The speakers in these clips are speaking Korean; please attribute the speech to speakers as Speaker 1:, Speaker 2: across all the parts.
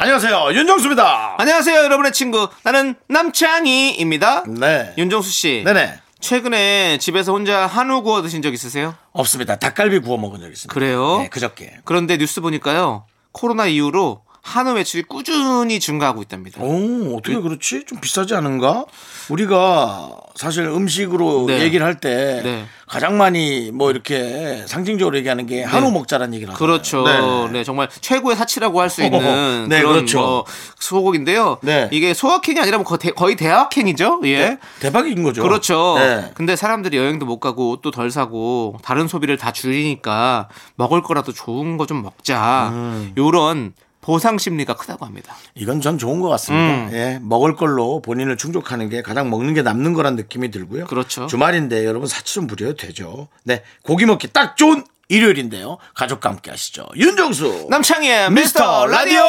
Speaker 1: 안녕하세요 윤정수입니다.
Speaker 2: 안녕하세요, 여러분의 친구. 나는 남창희입니다.
Speaker 1: 네.
Speaker 2: 윤정수 씨.
Speaker 1: 네네
Speaker 2: 최근에 집에서 혼자 한우 구워 드신 적 있으세요?
Speaker 1: 없습니다. 닭갈비 구워 먹은 적 있습니다.
Speaker 2: 그래요?
Speaker 1: 네, 그저께.
Speaker 2: 그런데 뉴스 보니까요. 코로나 이후로 한우 매출이 꾸준히 증가하고 있답니다.
Speaker 1: 오 어떻게 그렇지? 좀 비싸지 않은가? 우리가 사실 음식으로
Speaker 2: 네.
Speaker 1: 얘기를 할 때
Speaker 2: 네.
Speaker 1: 가장 많이 뭐 이렇게 상징적으로 얘기하는 게 한우
Speaker 2: 네.
Speaker 1: 먹자라는 얘기를 하잖아요.
Speaker 2: 그렇죠. 네. 정말 최고의 사치라고 할 수 있는
Speaker 1: 네,
Speaker 2: 그런
Speaker 1: 그렇죠.
Speaker 2: 어, 소고기인데요.
Speaker 1: 네.
Speaker 2: 이게 소확행이 아니라 뭐 거의 대- 거의 대학행이죠. 예.
Speaker 1: 네. 대박인 거죠.
Speaker 2: 그렇죠.
Speaker 1: 네.
Speaker 2: 근데 사람들이 여행도 못 가고 옷도 덜 사고 다른 소비를 다 줄이니까 먹을 거라도 좋은 거 좀 먹자.
Speaker 1: 음.
Speaker 2: 요런 보상 심리가 크다고 합니다.
Speaker 1: 이건 전 좋은 것 같습니다.
Speaker 2: 음.
Speaker 1: 예, 먹을 걸로 본인을 충족하는 게 가장 먹는 게 남는 거란 느낌이 들고요.
Speaker 2: 그렇죠.
Speaker 1: 주말인데 여러분 사치 좀 부려도 되죠. 네, 고기 먹기 딱 좋은 일요일인데요. 가족과 함께 하시죠. 윤정수
Speaker 2: 남창희의 미스터 라디오.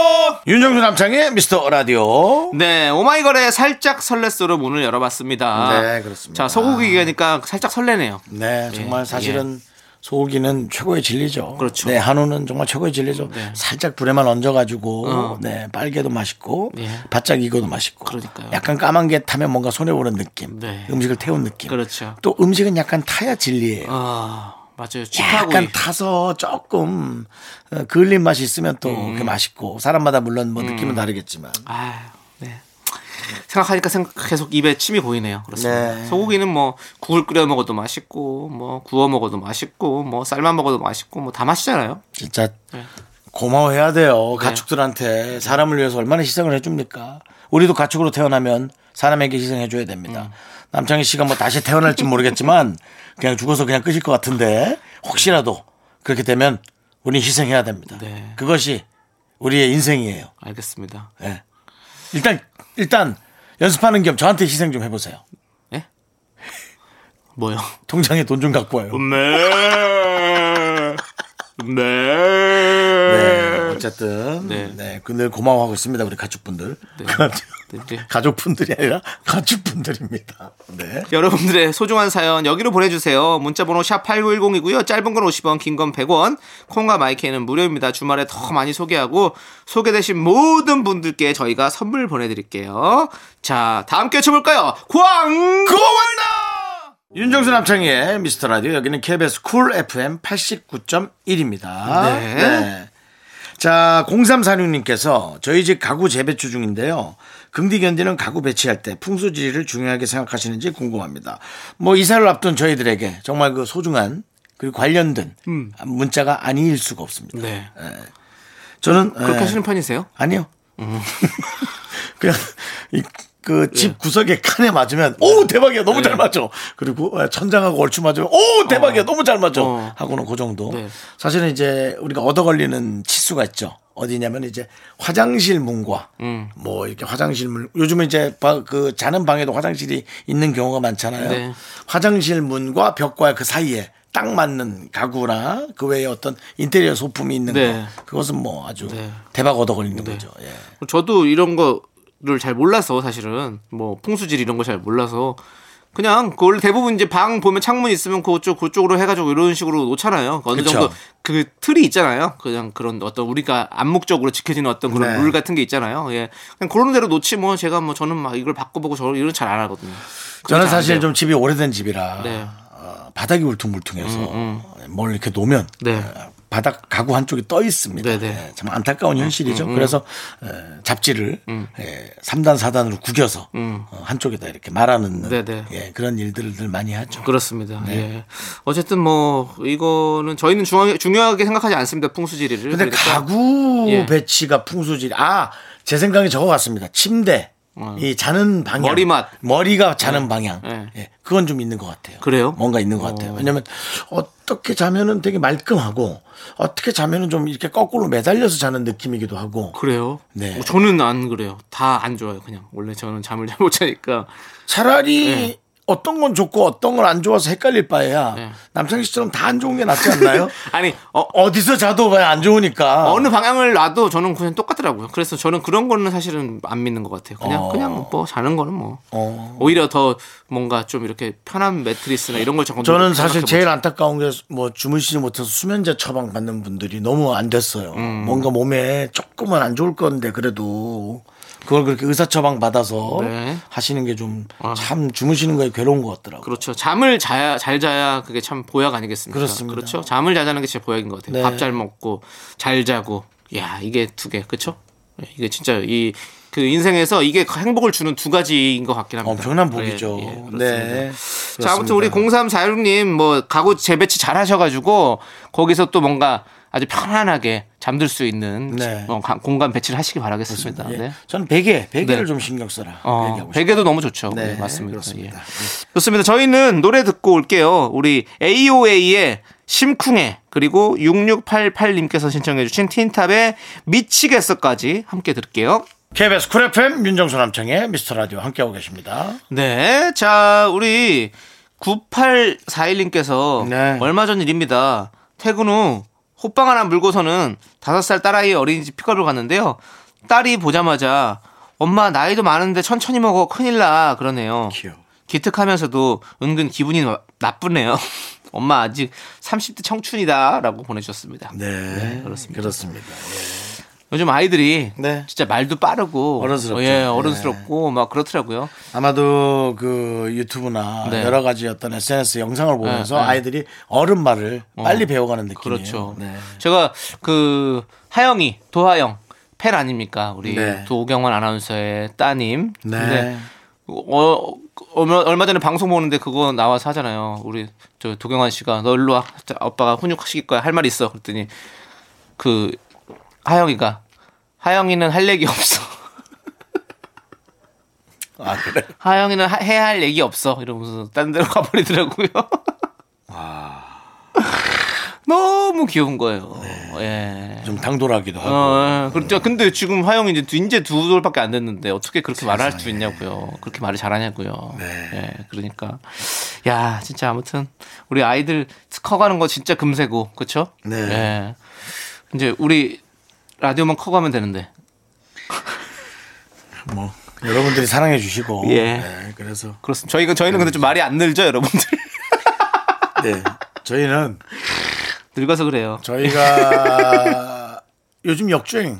Speaker 1: 윤정수 남창의 미스터 라디오.
Speaker 2: 네, 오마이걸의 살짝 설레스로 문을 열어봤습니다.
Speaker 1: 네, 그렇습니다.
Speaker 2: 자, 소고기 얘기하니까 살짝 설레네요.
Speaker 1: 네, 정말
Speaker 2: 예,
Speaker 1: 사실은 소고기는 최고의 진리죠.
Speaker 2: 그렇죠. 네.
Speaker 1: 네, 한우는 정말 최고의 진리죠. 살짝 불에만 얹어가지고
Speaker 2: 어.
Speaker 1: 네 빨개도 맛있고
Speaker 2: 예.
Speaker 1: 바짝 익어도 맛있고.
Speaker 2: 그러니까요.
Speaker 1: 약간 까만 게 타면 뭔가 손해 보는 느낌.
Speaker 2: 네.
Speaker 1: 음식을 태운 느낌.
Speaker 2: 그렇죠.
Speaker 1: 또 음식은 약간 타야 진리예요.
Speaker 2: 아, 맞아요.
Speaker 1: 약간
Speaker 2: 치타구이.
Speaker 1: 타서 조금 어, 그을린 맛이 있으면 또
Speaker 2: 음.
Speaker 1: 그게 맛있고 사람마다 물론 뭐 느낌은 다르겠지만
Speaker 2: 아, 네. 생각하니까 생각 계속 입에 침이 고이네요. 그렇습니다.
Speaker 1: 네.
Speaker 2: 소고기는 뭐 국을 끓여 먹어도 맛있고, 뭐 구워 먹어도 맛있고, 뭐 삶아 먹어도 맛있고, 뭐 다 맛있잖아요.
Speaker 1: 진짜 고마워해야 돼요.
Speaker 2: 네.
Speaker 1: 가축들한테 사람을 위해서 얼마나 희생을 해줍니까? 우리도 가축으로 태어나면 사람에게 희생해줘야
Speaker 2: 음.
Speaker 1: 됩니다. 남창희 씨가 뭐 다시 태어날지 모르겠지만 그냥 죽어서 그냥 끝일 것 같은데 혹시라도 그렇게 되면 우리 희생해야 됩니다.
Speaker 2: 네.
Speaker 1: 그것이 우리의 인생이에요.
Speaker 2: 알겠습니다.
Speaker 1: 예. 일단 일단 연습하는 겸 저한테 희생 좀 해보세요.
Speaker 2: 예? 뭐요?
Speaker 1: 통장에 돈 좀 갖고 와요.
Speaker 2: 네.
Speaker 1: 네,
Speaker 2: 네.
Speaker 1: 어쨌든
Speaker 2: 네.
Speaker 1: 네, 그 늘 고마워하고 있습니다 우리 가축분들.
Speaker 2: 네.
Speaker 1: 가족분들이 아니라 가축분들입니다. 네.
Speaker 2: 여러분들의 소중한 사연 여기로 보내주세요. 문자번호 샵 8910이고요. 짧은 건 50원, 긴 건 100원. 콩과 마이크는 무료입니다. 주말에 더 많이 소개하고 소개되신 모든 분들께 저희가 선물 보내드릴게요. 자, 다 함께 쳐볼까요? 광!
Speaker 1: 고맙다! 윤정수 남창희의 미스터 라디오 여기는 KBS 쿨 FM 89.1입니다.
Speaker 2: 네.
Speaker 1: 자, 0346님께서 저희 집 가구 재배치 중인데요. 긍디견디는 가구 배치할 때 풍수지리를 중요하게 생각하시는지 궁금합니다. 뭐 이사를 앞둔 저희들에게 정말 그 소중한 그리고 관련된
Speaker 2: 음.
Speaker 1: 문자가 아닐 수가 없습니다.
Speaker 2: 네.
Speaker 1: 저는
Speaker 2: 그렇게
Speaker 1: 예,
Speaker 2: 하시는 편이세요?
Speaker 1: 아니요.
Speaker 2: 음.
Speaker 1: 그냥 그
Speaker 2: 예.
Speaker 1: 집 구석에 칸에 맞으면 오 대박이야 너무 잘 맞죠. 그리고 아, 천장하고 얼추 맞으면 오 대박이야 너무 잘 맞죠.
Speaker 2: 어.
Speaker 1: 하고는 그 정도.
Speaker 2: 네.
Speaker 1: 사실은 이제 우리가 얻어 걸리는 치수가 있죠. 어디냐면 이제 화장실 문과
Speaker 2: 음.
Speaker 1: 뭐 이렇게 화장실 문 요즘은 이제 바- 그 자는 방에도 화장실이 있는 경우가 많잖아요.
Speaker 2: 네.
Speaker 1: 화장실 문과 벽과 그 사이에 딱 맞는 가구나 그 외에 어떤 인테리어 소품이 있는
Speaker 2: 네.
Speaker 1: 거 그것은 뭐 아주
Speaker 2: 네.
Speaker 1: 대박 얻어 걸리는 거죠. 예.
Speaker 2: 저도 이런 거를 잘 몰라서 사실은 뭐 풍수질 이런 거 잘 몰라서 그냥 그 원래 대부분 이제 방 보면 창문 있으면 그쪽 그쪽으로 해가지고 이런 식으로 놓잖아요. 어느
Speaker 1: 그쵸.
Speaker 2: 정도 그 틀이 있잖아요. 그냥 그런 어떤 우리가 암묵적으로 지켜지는 어떤 그런
Speaker 1: 네.
Speaker 2: 룰 같은 게 있잖아요. 예, 그냥 그런 대로 놓지 뭐 제가 뭐 저는 막 이걸 바꿔보고 저 이런 잘 안 하거든요. 그게
Speaker 1: 저는
Speaker 2: 잘안
Speaker 1: 사실
Speaker 2: 돼요.
Speaker 1: 좀 집이 오래된 집이라
Speaker 2: 네. 음,
Speaker 1: 어, 바닥이 울퉁불퉁해서 예, 뭘 이렇게 놓으면
Speaker 2: 네.
Speaker 1: 어, 바닥 가구 한쪽이 떠 있습니다.
Speaker 2: 네, 음, 네.
Speaker 1: 예, 참 안타까운 현실이죠. 그래서 에, 잡지를
Speaker 2: 음.
Speaker 1: 예, 3단 4단으로 구겨서 어, 한쪽에다 이렇게 말아넣는
Speaker 2: 네, 네.
Speaker 1: 예, 그런 일들을 늘 많이 하죠.
Speaker 2: 그렇습니다.
Speaker 1: 네.
Speaker 2: 예. 어쨌든 뭐 이거는 저희는 중요, 중요하게 생각하지 않습니다. 풍수지리를.
Speaker 1: 근데
Speaker 2: 그러니까
Speaker 1: 가구
Speaker 2: 예.
Speaker 1: 배치가 풍수질. 아, 제 생각이 저거 같습니다. 침대. 이 자는 방향.
Speaker 2: 어. 머리맛.
Speaker 1: 머리가 자는 방향.
Speaker 2: 네.
Speaker 1: 예, 그건 좀 있는 것 같아요.
Speaker 2: 그래요? 어.
Speaker 1: 뭔가 있는 것 같아요. 왜냐면 어떻게 자면은 되게 말끔하고 어떻게 자면은 좀 이렇게 거꾸로 매달려서 자는 느낌이기도 하고
Speaker 2: 그래요?
Speaker 1: 네.
Speaker 2: 어, 저는 안 그래요. 다 안 좋아요. 그냥 원래 저는 잠을 잘 못 자니까
Speaker 1: 차라리
Speaker 2: 예.
Speaker 1: 어떤 건 좋고 어떤 건 안 좋아서 헷갈릴 바에야
Speaker 2: 네.
Speaker 1: 남창희 씨처럼 다 안 좋은 게 낫지 않나요?
Speaker 2: 아니 어,
Speaker 1: 어디서 자도 그냥 안 좋으니까.
Speaker 2: 어느 방향을 놔도 저는 그냥 똑같더라고요. 그래서 저는 그런 거는 사실은 안 믿는 것 같아요. 그냥
Speaker 1: 어.
Speaker 2: 그냥 뭐 자는 거는 뭐
Speaker 1: 어.
Speaker 2: 오히려 더 뭔가 좀 이렇게 편한 매트리스나 이런 걸 잠깐
Speaker 1: 저는
Speaker 2: 생각해보죠.
Speaker 1: 사실 제일 안타까운 게 뭐 주무시지 못해서 수면제 처방 받는 분들이 너무 안 됐어요.
Speaker 2: 음.
Speaker 1: 뭔가 몸에 조금은 안 좋을 건데 그래도 그걸 그렇게 의사 처방 받아서
Speaker 2: 네. 아.
Speaker 1: 하시는 게 좀 참 주무시는 거에 괴로운 것 같더라고요.
Speaker 2: 그렇죠. 잠을 자야 잘 자야 그게 참 보약 아니겠습니까?
Speaker 1: 그렇습니다.
Speaker 2: 죠 잠을 잘 자는 게 제일 보약인 것 같아요.
Speaker 1: 네.
Speaker 2: 밥 잘 먹고 잘 자고. 야, 이게 두 개. 그렇죠? 이게 진짜 이 그 인생에서 이게 행복을 주는 두 가지인 것 같긴 합니다.
Speaker 1: 엄청난 복이죠.
Speaker 2: 예, 예, 그렇습니다.
Speaker 1: 네.
Speaker 2: 자, 아무튼 우리 0346님 뭐 가구 재배치 잘 하셔가지고 거기서 또 뭔가 아주 편안하게 잠들 수 있는
Speaker 1: 네.
Speaker 2: 어, 가- 공간 배치를 하시기 바라겠습니다.
Speaker 1: 예.
Speaker 2: 네.
Speaker 1: 저는 베개, 베개를
Speaker 2: 네.
Speaker 1: 좀 신경 써라.
Speaker 2: 어,
Speaker 1: 얘기하고 싶어요.
Speaker 2: 베개도 너무 좋죠.
Speaker 1: 네,
Speaker 2: 네, 맞습니다.
Speaker 1: 그렇습니다.
Speaker 2: 예. 좋습니다. 저희는 노래 듣고 올게요. 우리 AOA의 심쿵해 그리고 6688님께서 신청해주신 틴탑의 미치겠어까지 함께 들을게요.
Speaker 1: KBS 쿨 FM 윤정수 남창의 미스터 라디오 함께하고 계십니다.
Speaker 2: 네, 자 우리 9841님께서
Speaker 1: 네.
Speaker 2: 얼마 전 일입니다. 퇴근 후 호빵 하나 물고서는 5살 딸아이 어린이집 픽업을 갔는데요. 딸이 보자마자 엄마 나이도 많은데 천천히 먹어 큰일 나 그러네요.
Speaker 1: 귀여워.
Speaker 2: 기특하면서도 은근 기분이 나- 나쁘네요. 엄마 아직 30대 청춘이다라고 보내주셨습니다.
Speaker 1: 네,
Speaker 2: 그렇습니다.
Speaker 1: 그렇습니다.
Speaker 2: 요즘 아이들이
Speaker 1: 네.
Speaker 2: 진짜 말도 빠르고
Speaker 1: 어른스럽죠. 네.
Speaker 2: 예, 어른스럽고 막 그렇더라고요.
Speaker 1: 아마도 그 유튜브나
Speaker 2: 네.
Speaker 1: 여러 가지 어떤 SNS 영상을 보면서
Speaker 2: 네, 네.
Speaker 1: 아이들이 어른 말을 빨리 배워가는 느낌이에요.
Speaker 2: 그렇죠.
Speaker 1: 네.
Speaker 2: 제가 그 하영이 도하영 팬 아닙니까? 우리
Speaker 1: 네.
Speaker 2: 도경환 아나운서의 따님.
Speaker 1: 네.
Speaker 2: 근데 어, 얼마, 얼마 전에 방송 보는데 그거 나와서 하잖아요. 우리 저 도경환 씨가 너 일로 와. 자, 아빠가 훈육 시킬 거야. 할 말 있어. 그랬더니 그 하영이가 하영이는 할 얘기 없어.
Speaker 1: 아 그래.
Speaker 2: 하영이는 하- 해야 할 얘기 없어. 이러면서 딴 데로 가버리더라고요. 너무 귀여운 거예요. 예.
Speaker 1: 좀 당돌하기도 하고.
Speaker 2: 어, 예. 그렇죠. 근데 지금 하영이 이제 두, 이제 두 돌밖에 안 됐는데 어떻게 그렇게 말할 수 있냐고요. 그렇게 말을 잘하냐고요.
Speaker 1: 네.
Speaker 2: 예, 그러니까 야 진짜 아무튼 우리 아이들 커가는 거 진짜 금세고 그렇죠.
Speaker 1: 네.
Speaker 2: 예. 이제 우리 라디오만 커가면 되는데.
Speaker 1: 뭐 여러분들이 사랑해 주시고.
Speaker 2: 예.
Speaker 1: 네, 그래서
Speaker 2: 그렇습니다. 저희가 저희는 근데 좀 말이 안 늘죠, 여러분들.
Speaker 1: 네. 저희는
Speaker 2: 늙어서 그래요.
Speaker 1: 저희가 요즘 역주행,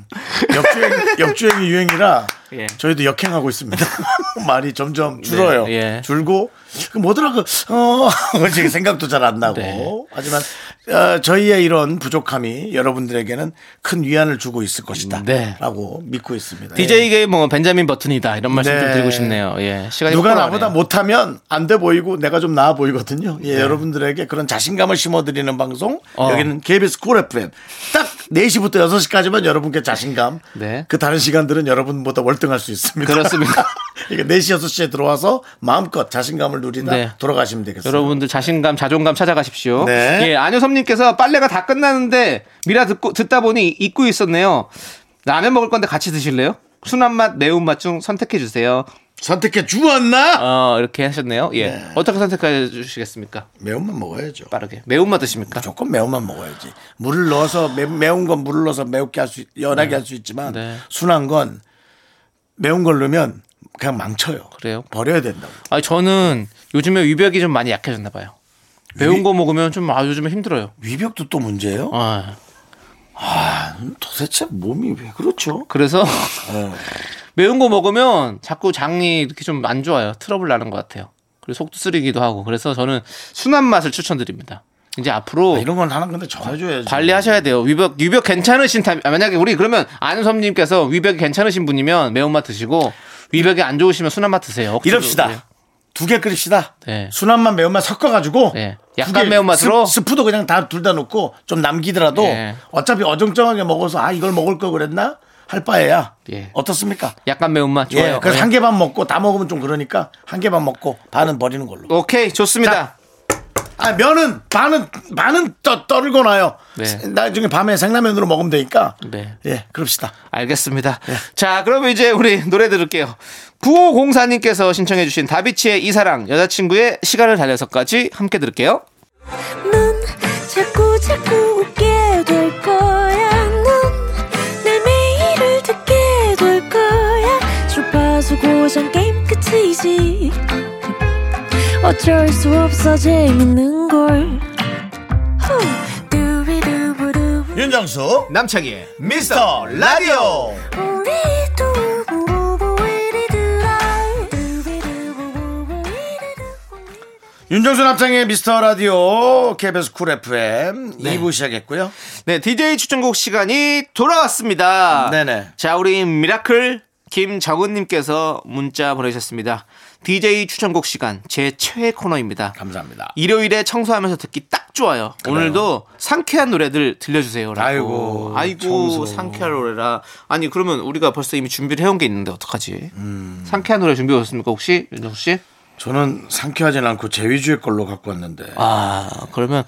Speaker 1: 역주행, 역주행이 유행이라
Speaker 2: 예.
Speaker 1: 저희도 역행하고 있습니다. 말이 점점 줄어요.
Speaker 2: 네, 예.
Speaker 1: 줄고 그 뭐더라 그 어, 지금 생각도 잘 안 나고.
Speaker 2: 네.
Speaker 1: 하지만 어, 저희의 이런 부족함이 여러분들에게는 큰 위안을 주고 있을
Speaker 2: 네.
Speaker 1: 것이다라고 믿고 있습니다. 예.
Speaker 2: DJ계 뭐 벤자민 버튼이다 이런 말씀
Speaker 1: 네.
Speaker 2: 좀 드리고 싶네요. 예. 시간이
Speaker 1: 누가
Speaker 2: 빠르네요. 네.
Speaker 1: 나보다 못하면 안 돼 보이고 내가 좀 나아 보이거든요. 예, 여러분들에게 그런 자신감을 심어드리는 방송
Speaker 2: 어.
Speaker 1: 여기는 KBS 쿨 FM 딱 4시부터 6시까지만 여러분께 자신감
Speaker 2: 네.
Speaker 1: 그 다른 시간들은 여러분보다 월등할 수 있습니다.
Speaker 2: 그렇습니다.
Speaker 1: 이게 4시 6시에 들어와서 마음껏 자신감을 누리다
Speaker 2: 네.
Speaker 1: 돌아가시면 되겠습니다.
Speaker 2: 여러분들 자신감, 자존감 찾아가십시오.
Speaker 1: 네.
Speaker 2: 예, 안효섭님께서 빨래가 다 끝나는데 미라 듣고 듣다 보니 잊고 있었네요. 라면 먹을 건데 같이 드실래요? 순한 맛, 매운 맛 중 선택해 주세요.
Speaker 1: 선택해 주었나?
Speaker 2: 어 이렇게 하셨네요. 예, 어떻게 선택해 주시겠습니까?
Speaker 1: 매운맛 먹어야죠.
Speaker 2: 빠르게 매운 맛 드십니까?
Speaker 1: 조금 매운맛 먹어야지. 물을 넣어서 매, 매운 건 물을 넣어서 매우게 할 수 연하게 할 수 있지만
Speaker 2: 네.
Speaker 1: 순한 건 매운 걸 넣으면 그냥 망쳐요.
Speaker 2: 그래요?
Speaker 1: 버려야 된다고.
Speaker 2: 아 저는 요즘에 위벽이 좀 많이 약해졌나 봐요. 매운 거 먹으면 좀 아 요즘에 힘들어요.
Speaker 1: 위벽도 또 문제예요? 아,
Speaker 2: 아,
Speaker 1: 도대체 몸이 왜 그렇죠?
Speaker 2: 그래서
Speaker 1: 네.
Speaker 2: 매운 거 먹으면 자꾸 장이 이렇게 좀 안 좋아요. 트러블 나는 것 같아요. 그리고 속도 쓰리기도 하고. 그래서 저는 순한 맛을 추천드립니다. 이제 앞으로
Speaker 1: 아, 이런 건 하나 근데 정해줘야지.
Speaker 2: 관리하셔야 돼요. 위벽 위벽 괜찮으신 타 아, 만약에 우리 그러면 안섭님께서 위벽이 괜찮으신 분이면 매운맛 드시고 위벽이 안 좋으시면 순한 맛 드세요. 억지로. 네.
Speaker 1: 이럽시다. 두 개 끓입시다.
Speaker 2: 네.
Speaker 1: 순한맛 매운맛 섞어가지고
Speaker 2: 네.
Speaker 1: 두
Speaker 2: 약간
Speaker 1: 개
Speaker 2: 매운맛으로?
Speaker 1: 스, 프도 그냥 다 둘 다 넣고 좀 남기더라도
Speaker 2: 네.
Speaker 1: 어차피 어정쩡하게 먹어서 아 이걸 먹을 걸 그랬나 할 바에야
Speaker 2: 예.
Speaker 1: 어떻습니까?
Speaker 2: 약간 매운맛 좋아요.
Speaker 1: 예, 그래서
Speaker 2: 예.
Speaker 1: 한 개만 먹고 다 먹으면 좀 그러니까 한 개만 먹고 반은 버리는 걸로.
Speaker 2: 예. 오케이 좋습니다.
Speaker 1: 아 면은 반은 반은 떠 떨고 나요.
Speaker 2: 네.
Speaker 1: 나중에 밤에 생라면으로 먹으면 되니까.
Speaker 2: 네.
Speaker 1: 예, 그럽시다.
Speaker 2: 알겠습니다.
Speaker 1: 네.
Speaker 2: 자, 그럼 이제 우리 노래 들을게요. 9504님께서 신청해주신 다비치의 이사랑 여자친구의 시간을 달려서까지 함께 들을게요.
Speaker 3: 넌 자꾸 자꾸 웃게 될 거야. 넌내 매일을 듣게 될 거야. 주파수 고정 게임 끝이지. 어쩔 수 없어 재밌는 걸. 후. 두비두부두.
Speaker 1: 윤정수
Speaker 2: 남창희의
Speaker 1: 미스터 라디오.
Speaker 3: 우리 두부부부 우리 두라. 두비두부부부 우리 두부부.
Speaker 1: 윤정수 남창의 미스터 라디오 KBS 쿨 FM 2부 시작했고요.
Speaker 2: 네, DJ 추천곡 시간이 돌아왔습니다.
Speaker 1: 네네.
Speaker 2: 자, 우리 미라클 김정은님께서 문자 보내주셨습니다. DJ 추천곡 시간 제 최애 코너입니다.
Speaker 1: 감사합니다.
Speaker 2: 일요일에 청소하면서 듣기 딱 좋아요. 오늘도 상쾌한 노래들 들려주세요. 라고.
Speaker 1: 아이고,
Speaker 2: 아이고
Speaker 1: 청소.
Speaker 2: 상쾌한 노래라. 아니 그러면 우리가 벌써 이미 준비를 해온 게 있는데 어떡하지? 상쾌한 노래 준비 오셨습니까 혹시 윤정 씨?
Speaker 1: 저는 상쾌하진 않고 제 위주의 걸로 갖고 왔는데.
Speaker 2: 아 그러면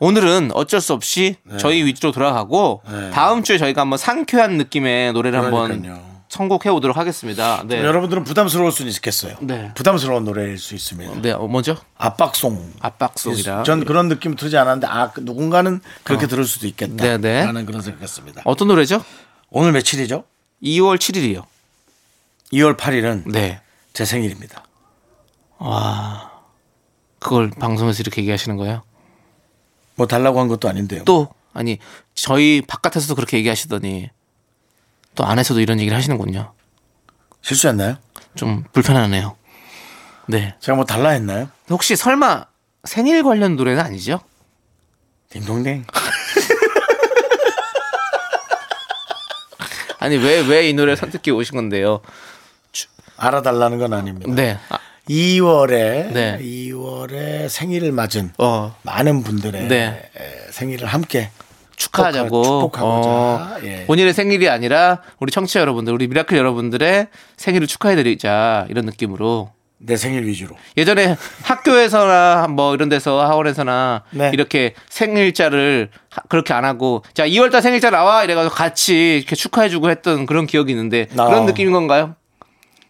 Speaker 2: 오늘은 어쩔 수 없이 저희 위주로 돌아가고 다음 주에 저희가 한번 상쾌한 느낌의 노래를
Speaker 1: 그러니까요.
Speaker 2: 한번 선곡해 오도록 하겠습니다. 네.
Speaker 1: 여러분들은 부담스러울 수는 있겠어요.
Speaker 2: 네.
Speaker 1: 부담스러운 노래일 수 있습니다.
Speaker 2: 네, 어, 뭐죠?
Speaker 1: 압박송.
Speaker 2: 압박송이라.
Speaker 1: 예, 전 그런 느낌 들지 않았는데 아 그 누군가는 그렇게 들을 수도 있겠다.
Speaker 2: 어. 네네.
Speaker 1: 라는 그런 생각했습니다.
Speaker 2: 어떤 노래죠?
Speaker 1: 오늘 며칠이죠?
Speaker 2: 2월 7일이요.
Speaker 1: 2월 8일은
Speaker 2: 네.
Speaker 1: 제 생일입니다.
Speaker 2: 그걸 방송에서 이렇게 얘기하시는 거예요?
Speaker 1: 뭐 달라고 한 것도 아닌데요.
Speaker 2: 또 아니 저희 바깥에서도 그렇게 얘기하시더니 또 안에서도 이런 얘기를 하시는군요.
Speaker 1: 실수했나요?
Speaker 2: 좀 불편하네요. 네.
Speaker 1: 제가 뭐 달라 했나요?
Speaker 2: 혹시 설마 생일 관련 노래는 아니죠?
Speaker 1: 딩동댕.
Speaker 2: 아니 왜 왜 이
Speaker 1: 네.
Speaker 2: 노래 선택해 오신 건데요?
Speaker 1: 알아달라는 건 아닙니다.
Speaker 2: 네. 아,
Speaker 1: 2월에
Speaker 2: 네.
Speaker 1: 2월에 생일을 맞은
Speaker 2: 어.
Speaker 1: 많은 분들의
Speaker 2: 네.
Speaker 1: 에, 생일을 함께
Speaker 2: 축하하자고.
Speaker 1: 축복하고자.
Speaker 2: 어,
Speaker 1: 예.
Speaker 2: 본인의 생일이 아니라 우리 청취자 여러분들, 우리 미라클 여러분들의 생일을 축하해드리자 이런 느낌으로
Speaker 1: 내 생일 위주로
Speaker 2: 예전에 학교에서나 뭐 이런 데서 학원에서나
Speaker 1: 네.
Speaker 2: 이렇게 생일자를 하- 그렇게 안 하고 자 2월달 생일자 나와 이래가지고 같이 이렇게 축하해주고 했던 그런 기억이 있는데
Speaker 1: 아.
Speaker 2: 그런 느낌인 건가요?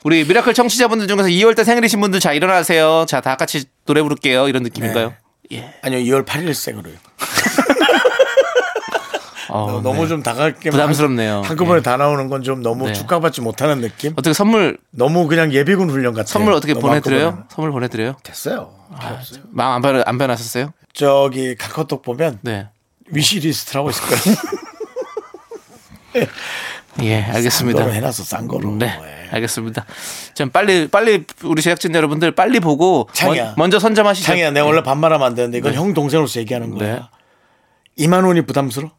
Speaker 2: 우리 미라클 청취자분들 중에서 2월달 생일이신 분들 자 일어나세요 자 다 같이 노래 부를게요 이런 느낌인가요?
Speaker 1: 네. 아니요 2월 8일 생으로요.
Speaker 2: 어,
Speaker 1: 어, 너무
Speaker 2: 네.
Speaker 1: 좀 다가게
Speaker 2: 부담스럽네요.
Speaker 1: 한꺼번에
Speaker 2: 예.
Speaker 1: 다 나오는 건 좀 너무
Speaker 2: 네.
Speaker 1: 축하받지 못하는 느낌.
Speaker 2: 어떻게 선물
Speaker 1: 너무 그냥 예비군 훈련 같아요.
Speaker 2: 선물 어떻게
Speaker 1: 너무
Speaker 2: 보내드려요? 아,
Speaker 1: 한꺼번에.
Speaker 2: 선물 보내드려요?
Speaker 1: 됐어요. 없어요.
Speaker 2: 마음 안 변, 안 변하셨어요?
Speaker 1: 저기 카카오톡 보면
Speaker 2: 네.
Speaker 1: 위시리스트라고 있을 거예요.
Speaker 2: 예,
Speaker 1: 싼
Speaker 2: 알겠습니다.
Speaker 1: 거로 해놔서 싼 거로.
Speaker 2: 네,
Speaker 1: 예.
Speaker 2: 알겠습니다. 좀 빨리 빨리 우리 제작진 여러분들 빨리 보고
Speaker 1: 창이야.
Speaker 2: 먼- 먼저 선점하시죠.
Speaker 1: 창이야, 내가 원래 반말하면 안 되는데 이건 형 동생으로서 얘기하는
Speaker 2: 네.
Speaker 1: 거야. 2만 원이 부담스러?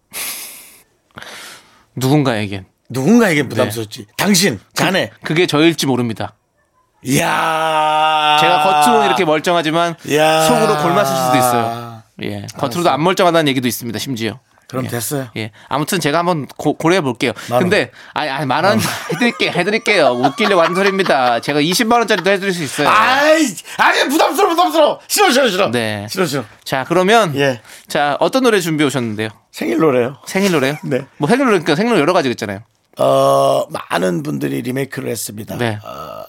Speaker 2: 누군가에겐
Speaker 1: 누군가에게 부담스럽지.
Speaker 2: 네.
Speaker 1: 당신, 자네.
Speaker 2: 그게 저일지 모릅니다.
Speaker 1: 이야.
Speaker 2: 제가 겉으로는 이렇게 뭐- 멀쩡하지만
Speaker 1: 아. 이야.
Speaker 2: 속으로 골맞을 수도 있어요. 예, 겉으로도 안 멀쩡하다는 얘기도 있습니다. 심지어.
Speaker 1: 그럼
Speaker 2: 예.
Speaker 1: 됐어요.
Speaker 2: 예, 아무튼 제가 한번 고, 고려해 볼게요.
Speaker 1: 만 원.
Speaker 2: 근데 아니, 아니 만원 해드릴게 해드릴게요. 웃기려고 한 소리입니다. 제가 20만 원짜리도 해드릴 수 있어요.
Speaker 1: 아이, 아니 부담스러워, 부담스러워. 싫어, 싫어, 싫어.
Speaker 2: 예. 네.
Speaker 1: 싫어, 싫어.
Speaker 2: 자 그러면
Speaker 1: 예.
Speaker 2: 자 어떤 노래 준비 오셨는데요?
Speaker 1: 생일 노래요.
Speaker 2: 생일 노래요?
Speaker 1: 네.
Speaker 2: 뭐 생일 노래 그러니까 생일 노래 여러 가지 있잖아요.
Speaker 1: 어, 많은 분들이 리메이크를 했습니다.
Speaker 2: 네.
Speaker 1: 어,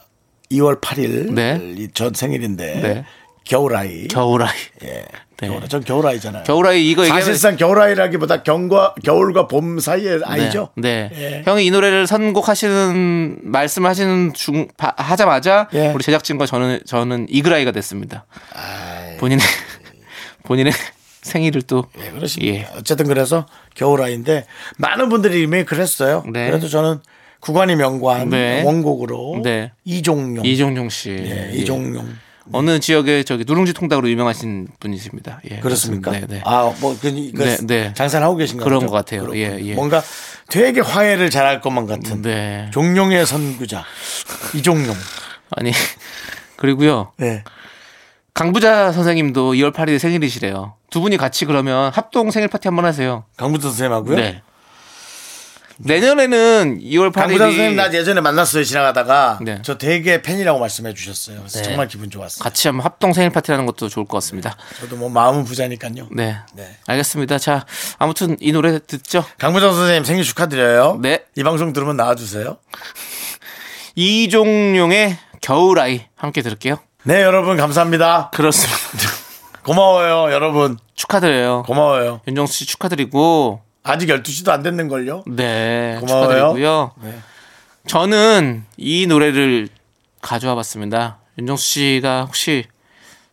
Speaker 1: 2월 8일
Speaker 2: 네.
Speaker 1: 이전 생일인데
Speaker 2: 네.
Speaker 1: 겨울아이.
Speaker 2: 겨울아이.
Speaker 1: 예.
Speaker 2: 네.
Speaker 1: 겨울, 전 겨울아이잖아요.
Speaker 2: 겨울아이 이거 얘기하면
Speaker 1: 사실상 겨울아이라기보다 경과 겨울과 봄 사이의 아이죠.
Speaker 2: 네.
Speaker 1: 예.
Speaker 2: 형이 이 노래를 선곡하시는 말씀하시는 중 바- 하자마자
Speaker 1: 예.
Speaker 2: 우리 제작진과 저는 저는 이그라이가 됐습니다. 본인의 본인의 생일을 또
Speaker 1: 네, 그렇습니다.
Speaker 2: 예.
Speaker 1: 어쨌든 그래서 겨울아이인데 많은 분들이 리메이크를 했어요.
Speaker 2: 네.
Speaker 1: 그래도 저는 구관이 명관
Speaker 2: 네.
Speaker 1: 원곡으로
Speaker 2: 네.
Speaker 1: 이종용
Speaker 2: 이종용 씨.
Speaker 1: 예,
Speaker 2: 예.
Speaker 1: 이종용
Speaker 2: 어느 지역에 저기 누룽지 통닭으로 유명하신 분이십니다. 예.
Speaker 1: 그렇습니까?
Speaker 2: 네, 네.
Speaker 1: 아뭐 그, 그
Speaker 2: 네, 네.
Speaker 1: 장사를 하고 계신가
Speaker 2: 그런
Speaker 1: 보죠?
Speaker 2: 것 같아요.
Speaker 1: 그렇군요.
Speaker 2: 예, 예.
Speaker 1: 뭔가 되게 화해를 잘할 것만 같은
Speaker 2: 네.
Speaker 1: 종용의 선구자 이종용.
Speaker 2: 아니 그리고요.
Speaker 1: 네.
Speaker 2: 강부자 선생님도 2월 8일이 생일이시래요. 두 분이 같이 그러면 합동 생일 파티 한번 하세요.
Speaker 1: 네. 강부터 선생님하고요.
Speaker 2: 네. 내년에는 2월 8일이
Speaker 1: 강구장 선생님 나 예전에 만났어요 지나가다가
Speaker 2: 네.
Speaker 1: 저 되게 팬이라고 말씀해 주셨어요. 그래서 정말 기분 좋았어요.
Speaker 2: 같이 한번 합동 생일 파티라는 것도 좋을 것 같습니다.
Speaker 1: 저도 뭐 마음은 부자니까요.
Speaker 2: 네.
Speaker 1: 네.
Speaker 2: 알겠습니다. 자, 아무튼 이 노래 듣죠.
Speaker 1: 강부장 선생님 생일 축하드려요.
Speaker 2: 네.
Speaker 1: 이 방송 들으면 나와주세요.
Speaker 2: 이종용의 겨울아이 함께 들을게요.
Speaker 1: 네 여러분 감사합니다.
Speaker 2: 그렇습니다.
Speaker 1: 고마워요 여러분
Speaker 2: 축하드려요.
Speaker 1: 고마워요.
Speaker 2: 윤정수 씨 축하드리고
Speaker 1: 아직 12시도 안 됐는걸요.
Speaker 2: 네,
Speaker 1: 고마워요. 네.
Speaker 2: 축하드리고요. 저는 이 노래를 가져와 봤습니다. 윤정수 씨가 혹시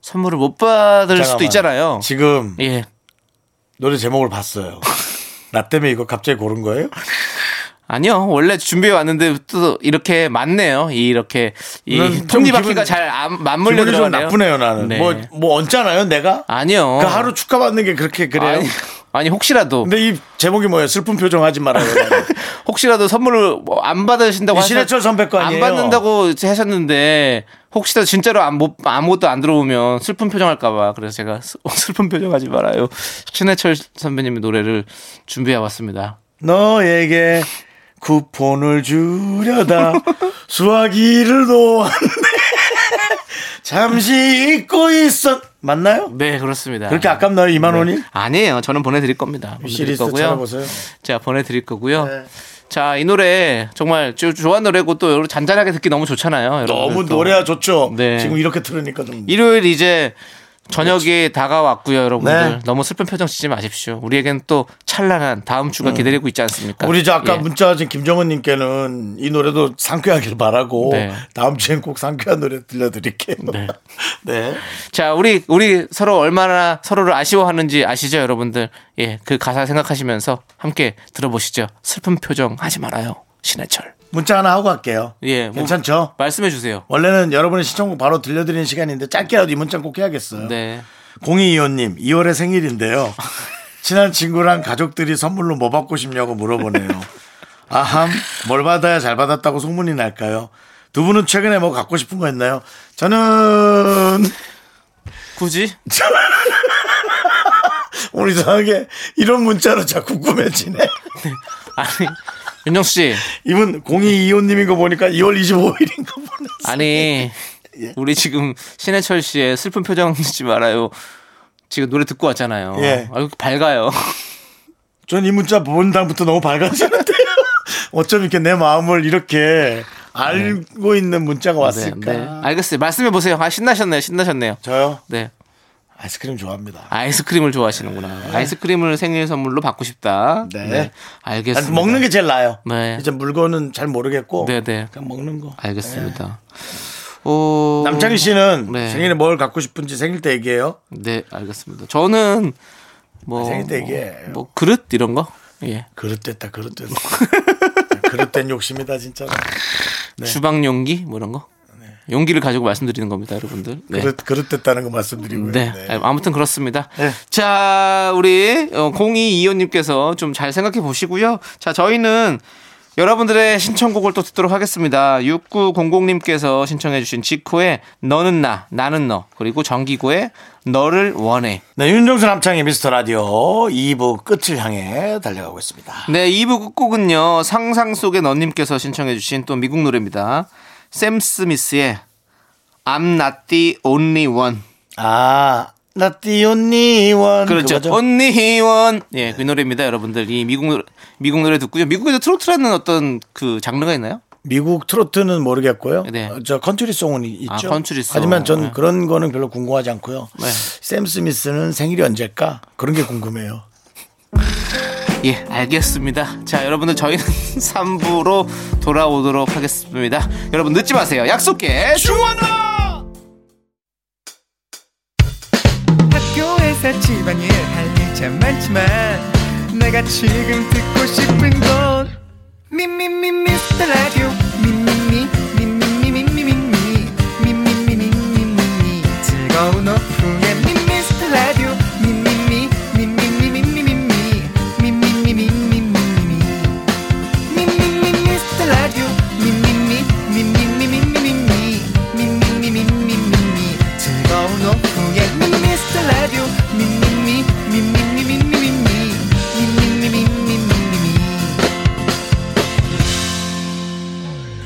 Speaker 2: 선물을 못 받을 수도
Speaker 1: 잠깐만.
Speaker 2: 있잖아요.
Speaker 1: 지금
Speaker 2: 예.
Speaker 1: 노래 제목을 봤어요. 나 때문에 이거 갑자기 고른 거예요?
Speaker 2: 아, 아니요. 원래 준비해 왔는데 또 이렇게 맞네요. 이- 이렇게 이
Speaker 1: 난좀
Speaker 2: 톱니바퀴가
Speaker 1: 기분-
Speaker 2: 잘 안- 맞물려
Speaker 1: 기분이 좀
Speaker 2: 들어가네요.
Speaker 1: 나쁘네요 나는.
Speaker 2: 네.
Speaker 1: 뭐 뭐 얹잖아요 내가.
Speaker 2: 아니요.
Speaker 1: 그 하루 축하받는 게 그렇게 그래요. 네.
Speaker 2: 아니, 아니, 혹시라도
Speaker 1: 근데 이 제목이 뭐예요? 슬픈 표정 하지 말아요.
Speaker 2: 혹시라도 선물을 뭐안 받으신다고
Speaker 1: 이
Speaker 2: 하셔-
Speaker 1: 신해철 선배 거 아니에요?
Speaker 2: 안 받는다고 하셨는데 혹시라도 진짜로 안, 못, 아무것도 안 들어오면 슬픈 표정 할까봐 그래서 제가 슬- 슬픈 표정 하지 말아요 신해철 선배님의 노래를 준비해 왔습니다
Speaker 1: 너에게 쿠폰을 주려다 수화기를 놓았네. 잠시 잊고 있었. 맞나요?
Speaker 2: 네 그렇습니다
Speaker 1: 그렇게 아깝나요 2만
Speaker 2: 네.
Speaker 1: 원이?
Speaker 2: 아니에요 저는 보내드릴 겁니다 보내드릴
Speaker 1: 시리즈
Speaker 2: 거고요
Speaker 1: 찾아보세요.
Speaker 2: 자 보내드릴 거고요
Speaker 1: 네.
Speaker 2: 자 이 노래 정말 저- 좋아하는 노래고 또 여러- 잔잔하게 듣기 너무 좋잖아요
Speaker 1: 너무
Speaker 2: 여러분들 또.
Speaker 1: 노래가 좋죠.
Speaker 2: 네.
Speaker 1: 지금 이렇게 들으니까 좀
Speaker 2: 일요일 이제
Speaker 1: 그렇죠.
Speaker 2: 저녁이 다가왔고요, 여러분들.
Speaker 1: 네.
Speaker 2: 너무 슬픈 표정 짓지 마십시오. 우리에겐 또 찬란한 다음 주가 기다리고 있지 않습니까?
Speaker 1: 우리 저 아까
Speaker 2: 예.
Speaker 1: 문자 하신 김정은님께는 이 노래도 상쾌하길 바라고
Speaker 2: 네.
Speaker 1: 다음 주엔 꼭 상쾌한 노래 들려드릴게요.
Speaker 2: 네.
Speaker 1: 네.
Speaker 2: 자, 우리 우리 서로 얼마나 서로를 아쉬워하는지 아시죠, 여러분들? 예, 그 가사 생각하시면서 함께 들어보시죠. 슬픈 표정 하지 말아요, 신해철.
Speaker 1: 문자 하나 하고 갈게요.
Speaker 2: 예, 뭐-
Speaker 1: 괜찮죠?
Speaker 2: 말씀해 주세요.
Speaker 1: 원래는 여러분의 시청곡 바로 들려드리는 시간인데 짧게라도 이 문자 꼭 해야겠어요.
Speaker 2: 네.
Speaker 1: 공이이호님 2월에 생일인데요. 친한 친구랑 가족들이 선물로 뭐 받고 싶냐고 물어보네요. 아함 뭘 받아야 잘 받았다고 소문이 날까요? 두 분은 최근에 뭐 갖고 싶은 거 있나요? 저는
Speaker 2: 굳이
Speaker 1: 오늘 이상하게 이런 문자로 자꾸 꾸며지네.
Speaker 2: 아니 윤정수 씨
Speaker 1: 이분 0225님인 거 보니까 2월 25일인 거 보네.
Speaker 2: 아니
Speaker 1: 예?
Speaker 2: 우리 지금 신해철 씨의 슬픈 표정 짓지 말아요. 지금 노래 듣고 왔잖아요.
Speaker 1: 예.
Speaker 2: 아유 밝아요. 네,
Speaker 1: 전 이 문자 본 다음부터 너무 밝아지는데요. 어쩜 이렇게 내 마음을 이렇게 알고 있는 문자가 왔을까.
Speaker 2: 네, 네. 알겠어요. 말씀해 보세요. 아 신나셨네요. 신나셨네요.
Speaker 1: 저요
Speaker 2: 네.
Speaker 1: 아이스크림 좋아합니다.
Speaker 2: 아이스크림을 좋아하시는구나. 아이스크림을 생일 선물로 받고 싶다.
Speaker 1: 네. 아니,
Speaker 2: 알겠습니다.
Speaker 1: 먹는 게 제일 나아요.
Speaker 2: 네.
Speaker 1: 이제 물건은 잘 모르겠고
Speaker 2: 네, 네.
Speaker 1: 그냥 먹는 거.
Speaker 2: 알겠습니다. 어, 오.
Speaker 1: 네. 남창희 씨는
Speaker 2: 네.
Speaker 1: 생일에 뭘 갖고 싶은지 생일 때 얘기해요.
Speaker 2: 네, 알겠습니다. 저는 뭐
Speaker 1: 아, 생일 때 얘기해요.
Speaker 2: 뭐, 뭐 그릇 이런 거? 예.
Speaker 1: 그릇됐다 그릇됐다. 그릇된 욕심이다 진짜. 네.
Speaker 2: 주방 용기 뭐 이런 거? 용기를 가지고 말씀드리는 겁니다, 여러분들. 네.
Speaker 1: 그릇 그릇됐다는 거 말씀드리고요.
Speaker 2: 네.
Speaker 1: 네.
Speaker 2: 아무튼 그렇습니다.
Speaker 1: 네.
Speaker 2: 자, 우리 0225님께서 좀 잘 생각해 보시고요. 자, 저희는 여러분들의 신청곡을 또 듣도록 하겠습니다. 6900님께서 신청해 주신 지코의 너는 나, 나는 너, 그리고 정기고의 너를 원해.
Speaker 1: 네, 윤정수 남창희 미스터 라디오 2부 끝을 향해 달려가고 있습니다.
Speaker 2: 네, 2부 끝곡은요. 상상 속의 너님께서 신청해 주신 또 미국 노래입니다. 샘 스미스의 I'm not the only one.
Speaker 1: 아, 나띠온니원
Speaker 2: 그렇죠. 언니원. 예, 그 노래입니다, 여러분들. 이 미국 노래, 미국 노래 듣고요. 미국에도 트로트라는 어떤 그 장르가 있나요?
Speaker 1: 미국 트로트는 모르겠고요.
Speaker 2: 네.
Speaker 1: 어, 저 컨트리송은 있죠.
Speaker 2: 아, 컨트리송.
Speaker 1: 하지만 전
Speaker 2: 네.
Speaker 1: 그런 거는 별로 궁금하지 않고요.
Speaker 2: 네.
Speaker 1: 샘 스미스는 생일이 언제일까? 그런 게 궁금해요.
Speaker 2: 예, 알겠습니다. 자, 여러분들 저희는 3부로 돌아오도록 하겠습니다. 여러분 늦지 마세요. 약속해. 주원아!
Speaker 4: 학교에서 집안일 할 일 참 많지만 내가 지금 듣고 싶은 건 미미미 미스터 라디오 미미미 미미미미미미 미미미미미미 즐거운 오후에 미스터 라디오 미미미 미미미미미미 미미미미미미미 미미미 미스터 라디오 미미미 미미미미미미 미미미미미미 즐거운 오후에 미스터 라디오 미미미 미미미미미미 미미미미미미미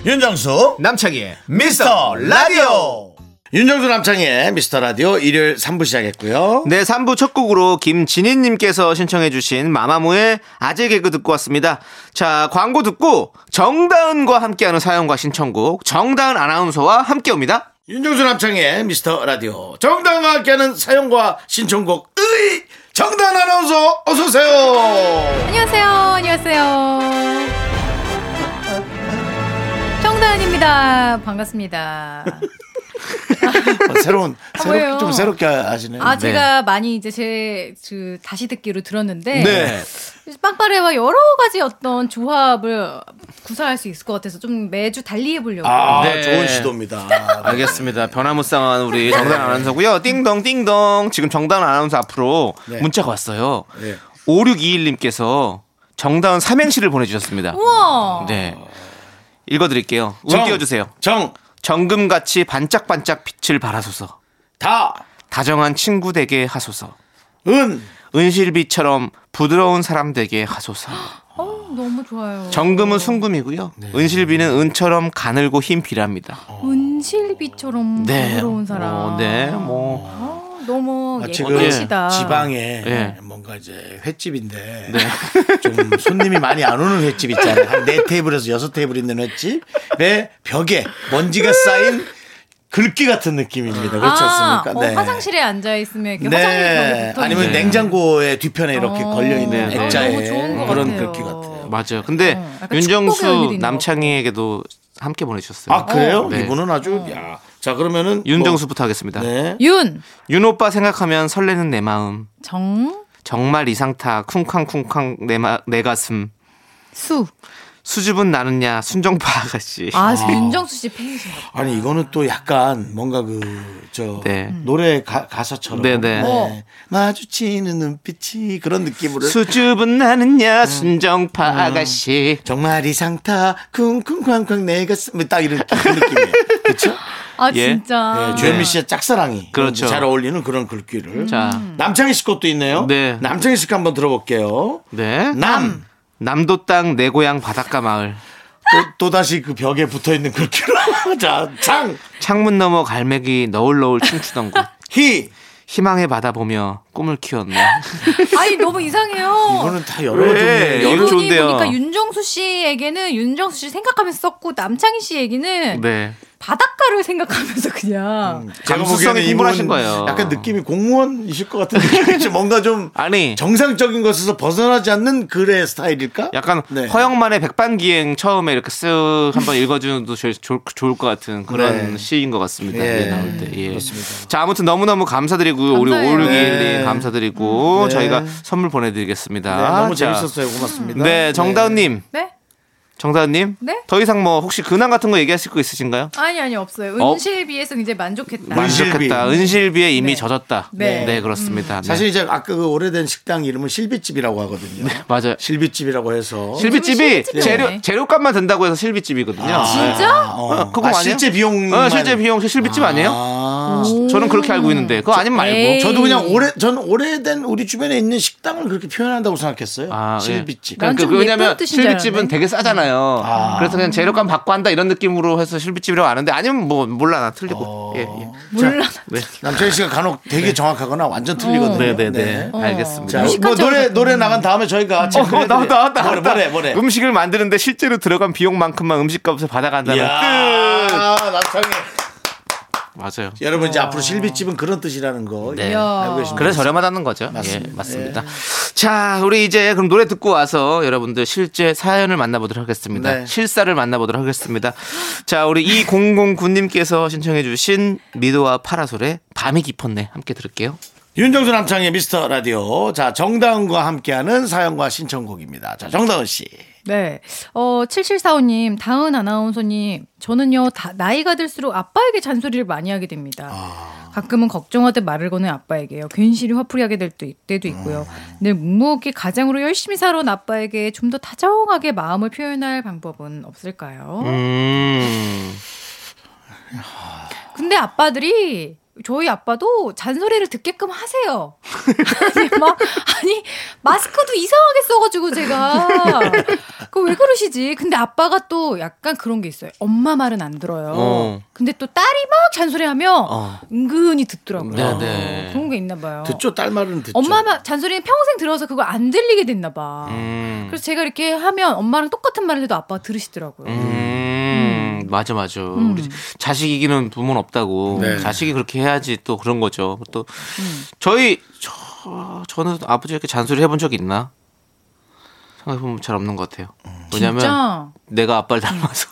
Speaker 1: 윤정수
Speaker 2: 남창희의
Speaker 1: 미스터 라디오 윤정수 남창의 미스터 라디오 일요일 3부 시작했고요
Speaker 2: 네, 3부 첫 곡으로 김진희님께서 신청해주신 마마무의 아재 개그 듣고 왔습니다. 자, 광고 듣고 정다은과 함께하는 사연과 신청곡, 정다은 아나운서와 함께 옵니다.
Speaker 1: 윤정수 남창의 미스터 라디오 정당과 함께하는 사연과 신청곡 의 정당 아나운서 어서오세요
Speaker 5: 안녕하세요. 안녕하세요. 정다은입니다. 반갑습니다.
Speaker 1: 새로운 새롭,
Speaker 5: 아, 뭐예요?
Speaker 1: 좀 새롭게 하시네요
Speaker 5: 아,
Speaker 1: 네.
Speaker 5: 제가 많이 이제 제, 그, 다시 듣기로 들었는데.
Speaker 1: 네.
Speaker 5: 빵빠레와 여러 가지 어떤 조합을 구사할 수 있을 것 같아서 좀 매주 달리해보려고.
Speaker 1: 아,
Speaker 2: 네.
Speaker 1: 좋은 시도입니다
Speaker 2: 알겠습니다. 변화무쌍한 우리 정다은 아나운서고요. 띵동 띵동. 지금 정다은 아나운서 앞으로
Speaker 1: 네.
Speaker 2: 문자가 왔어요.
Speaker 1: 네.
Speaker 2: 5621님께서 정다은 삼행시를 보내주셨습니다.
Speaker 5: 우와!
Speaker 2: 네. 읽어드릴게요. 운
Speaker 1: 정,
Speaker 2: 띄워주세요.
Speaker 1: 정,
Speaker 2: 정금같이 반짝반짝 빛을 발하소서.
Speaker 1: 다,
Speaker 2: 다정한 친구 되게 하소서.
Speaker 1: 은
Speaker 2: 은실비처럼 부드러운 사람 되게 하소서.
Speaker 5: 어, 너무 좋아요.
Speaker 2: 정금은 순금이고요.
Speaker 1: 네.
Speaker 2: 은실비는 은처럼 가늘고 흰 비랍니다.
Speaker 5: 은실비처럼 어,
Speaker 1: 네.
Speaker 5: 부드러운 사람.
Speaker 2: 어, 네, 뭐
Speaker 5: 어, 너무
Speaker 1: 마치 그
Speaker 5: 예쁘시다.
Speaker 1: 지방에
Speaker 2: 예. 네.
Speaker 1: 뭔가 이제 횟집인데 좀 손님이 많이 안 오는 횟집 있잖아요. 한 네 테이블에서 여섯 테이블 있는 횟집에 벽에 먼지가 쌓인 글귀 같은 느낌입니다. 그렇지
Speaker 5: 아,
Speaker 1: 않습니까?
Speaker 5: 어, 화장실에 앉아 있으면 이렇게
Speaker 1: 네.
Speaker 5: 화장실 벽에
Speaker 1: 아니면
Speaker 5: 붙어 있는.
Speaker 1: 냉장고의 뒤편에 이렇게
Speaker 5: 어.
Speaker 1: 걸려 있는
Speaker 2: 네.
Speaker 5: 너무 좋은
Speaker 1: 액자에
Speaker 5: 것
Speaker 1: 그런
Speaker 5: 같아요.
Speaker 1: 글귀 같아요.
Speaker 2: 맞아요. 근데
Speaker 5: 어, 약간 축복의 의미도
Speaker 2: 윤정수
Speaker 5: 있는
Speaker 2: 남창희에게도 함께 보내주셨어요.
Speaker 1: 아 그래요?
Speaker 2: 네.
Speaker 1: 이분은 아주
Speaker 5: 어.
Speaker 1: 야. 자 그러면은
Speaker 2: 윤정수부터 하겠습니다.
Speaker 1: 뭐, 네.
Speaker 5: 윤,
Speaker 2: 윤 오빠 생각하면 설레는 내 마음.
Speaker 5: 정,
Speaker 2: 정말 이상타 쿵쾅쿵쾅 내, 마, 내 가슴
Speaker 5: 수.
Speaker 2: 수줍은 나는야 순정파 아가씨
Speaker 5: 아, 윤정수 씨 팬이신 것 같아요.
Speaker 1: 아니 이거는 또 약간 뭔가 그 저
Speaker 2: 네.
Speaker 1: 노래 가, 가사처럼
Speaker 2: 네, 네.
Speaker 5: 어.
Speaker 1: 네. 마주치는 눈빛이 그런 느낌으로
Speaker 2: 수줍은
Speaker 5: 네.
Speaker 2: 나는야 순정파
Speaker 5: 음.
Speaker 2: 아가씨
Speaker 1: 정말 이상타 쿵쿵쾅쾅 내 가슴 뭐 딱 이런 그런 느낌이에요. 그렇죠?
Speaker 5: 아,
Speaker 2: 예.
Speaker 5: 진짜.
Speaker 1: 네, 주현미 씨의 짝사랑이
Speaker 2: 그렇죠.
Speaker 1: 잘 어울리는 그런 글귀를
Speaker 2: 자.
Speaker 1: 남창희 씨 것도 있네요.
Speaker 2: 네.
Speaker 1: 남창희 씨 거 한번 들어볼게요.
Speaker 2: 네
Speaker 1: 남.
Speaker 2: 남도 땅 내 고향 바닷가 마을
Speaker 1: 또, 다시그 벽에 붙어 있는 글귀로 자, 장,
Speaker 2: 창문 너머 갈매기 너울너울 춤추던 곳
Speaker 1: 희.
Speaker 2: 희망의 바다 보며 꿈을 키웠네
Speaker 5: 아니, 너무 이상해요.
Speaker 1: 이거는 다 여러 종류의
Speaker 2: 이거
Speaker 5: 이분이
Speaker 2: 네, 좋은데요.
Speaker 5: 보니까 윤정수 씨에게는 윤정수 씨 생각하면서 썼고 남창희 씨에게는
Speaker 2: 네
Speaker 5: 바닷가를 생각하면서 그냥
Speaker 1: 제가
Speaker 2: 감수성이
Speaker 1: 보기에는
Speaker 2: 풍부하신
Speaker 1: 이분은
Speaker 2: 거예요.
Speaker 1: 약간 느낌이 공무원이실 것 같은 느낌이지 뭔가 좀
Speaker 2: 아니
Speaker 1: 정상적인 것에서 벗어나지 않는 글의 스타일일까?
Speaker 2: 약간
Speaker 1: 네.
Speaker 2: 허영만의 백반기행 처음에 이렇게 쓱 한번 읽어주는도 제일 좋- 좋을 것 같은 그런
Speaker 1: 네.
Speaker 2: 시인 것 같습니다.
Speaker 1: 예.
Speaker 2: 예, 나올 때. 예. 자 아무튼 너무너무 감사드리고요. 우리
Speaker 5: 감사해요.
Speaker 2: 오르기일님
Speaker 1: 네.
Speaker 2: 감사드리고
Speaker 1: 네.
Speaker 2: 저희가 선물 보내드리겠습니다.
Speaker 1: 네, 너무
Speaker 2: 아, 자,
Speaker 1: 재밌었어요. 고맙습니다.
Speaker 2: 네 정다은님,
Speaker 5: 네?
Speaker 2: 정다은님.
Speaker 5: 네?
Speaker 2: 더 이상 뭐 혹시 근황 같은 거 얘기하실 거 있으신가요?
Speaker 5: 아니 아니 없어요.
Speaker 2: 어?
Speaker 5: 은실비에서 이제 만족했다.
Speaker 1: 만실비.
Speaker 2: 만족했다. 은실비에 이미 젖었다. 네,
Speaker 5: 네.
Speaker 2: 그렇습니다. 네.
Speaker 1: 사실 이제 아까 그 오래된 식당 이름을 실비집이라고 하거든요.
Speaker 2: 맞아요.
Speaker 1: 실비집이라고 해서
Speaker 2: 어, 실비집이
Speaker 5: 실비집이네.
Speaker 2: 재료 재료값만 든다고 해서 실비집이거든요.
Speaker 5: 아, 진짜?
Speaker 1: 어,
Speaker 2: 어,
Speaker 1: 아,
Speaker 2: 그거 아니에요?
Speaker 1: 실제 비용
Speaker 2: 어, 실제 비용 실비집 아니에요?
Speaker 1: 아.
Speaker 2: 저는 그렇게 알고 있는데 그거 아님 말고
Speaker 5: 음. 에이.
Speaker 1: 저도 그냥 오래 전 오래된 우리 주변에 있는 식당을 그렇게 표현한다고 생각했어요.
Speaker 2: 아, 예.
Speaker 1: 실비집.
Speaker 5: 난
Speaker 2: 그러니까
Speaker 5: 좀
Speaker 2: 그 왜냐면
Speaker 5: 예쁜 뜻인 줄
Speaker 2: 실비집은
Speaker 5: 알았네.
Speaker 2: 되게 싸잖아요. 그래서 그냥 재료값 받고 한다 이런 느낌으로 해서 실비집이라고 아는데 아니면 뭐 몰라 나 틀리고.
Speaker 1: 어.
Speaker 2: 예, 예.
Speaker 5: 몰라.
Speaker 1: 네. 남철 씨가 간혹 되게 정확하거나 완전 틀리거든요.
Speaker 2: 네, 네, 네.
Speaker 5: 어.
Speaker 1: 자,
Speaker 2: 알겠습니다.
Speaker 5: 음식
Speaker 1: 뭐 노래
Speaker 5: 감정은-
Speaker 1: 노래 나간 다음에 저희가 체크해드려요.
Speaker 2: 어, 나왔다, 나왔다,
Speaker 1: 뭐래,
Speaker 2: 나왔다.
Speaker 1: 뭐래, 뭐래.
Speaker 2: 음식을 만드는데 실제로 들어간 비용만큼만 음식값을 받아간다는
Speaker 1: 이야,
Speaker 2: 뜻.
Speaker 1: 남창이.
Speaker 2: 맞아요. 네.
Speaker 1: 여러분 이제 앞으로 실비집은 그런 뜻이라는 거 예,
Speaker 5: 이야.
Speaker 1: 알고 계십니다.
Speaker 2: 그래서 저렴하다는 거죠.
Speaker 1: 맞습니다.
Speaker 2: 예, 맞습니다. 자, 우리 이제 그럼 노래 듣고 와서 여러분들 실제 사연을 만나보도록 하겠습니다.
Speaker 1: 네.
Speaker 2: 실사를 만나보도록 하겠습니다. 자, 우리 2009님께서 신청해주신 미도와 파라솔의 밤이 깊었네. 함께 들을게요.
Speaker 1: 윤정수 남창의 미스터 라디오. 자, 정다은과 함께하는 사연과 신청곡입니다. 자, 정다은 씨.
Speaker 5: 네. 어, 7745님, 다은 아나운서님, 저는요, 다- 나이가 들수록 아빠에게 잔소리를 많이 하게 됩니다.
Speaker 2: 아.
Speaker 5: 가끔은 걱정하듯 말을 거는 아빠에게요. 괜시리 화풀이하게 될 때- 때도 있고요. 늘 묵묵히 가장으로 열심히 살아온 아빠에게 좀 더 다정하게 마음을 표현할 방법은 없을까요?
Speaker 2: 음.
Speaker 5: 근데 아빠들이 저희 아빠도 잔소리를 듣게끔 하세요. 아니, 막, 아니, 마스크도 이상하게 써가지고 제가. 그 왜 그러시지? 근데 아빠가 또 약간 그런 게 있어요. 엄마 말은 안 들어요.
Speaker 2: 어.
Speaker 5: 근데 또 딸이 막 잔소리하면
Speaker 2: 어.
Speaker 5: 은근히
Speaker 2: 네,
Speaker 5: 듣더라고요.
Speaker 2: 네.
Speaker 5: 그런 게 있나 봐요.
Speaker 1: 듣죠 딸 말은 듣죠.
Speaker 5: 엄마 말 잔소리는 평생 들어서 그거 안 들리게 됐나 봐.
Speaker 2: 음.
Speaker 5: 그래서 제가 이렇게 하면 엄마랑 똑같은 말을 해도 아빠가 들으시더라고요.
Speaker 2: 음, 맞아, 맞아. 우리 자식 이기는 부모는 없다고.
Speaker 1: 네. 음.
Speaker 2: 자식이 그렇게 해야지 또 그런 거죠. 또, 저희, 저, 저는 아버지 이렇게 잔소리 해본 적이 있나? 생각해보면 잘 없는 것 같아요. 왜냐면,
Speaker 5: 진짜?
Speaker 2: 내가 아빠를 닮아서.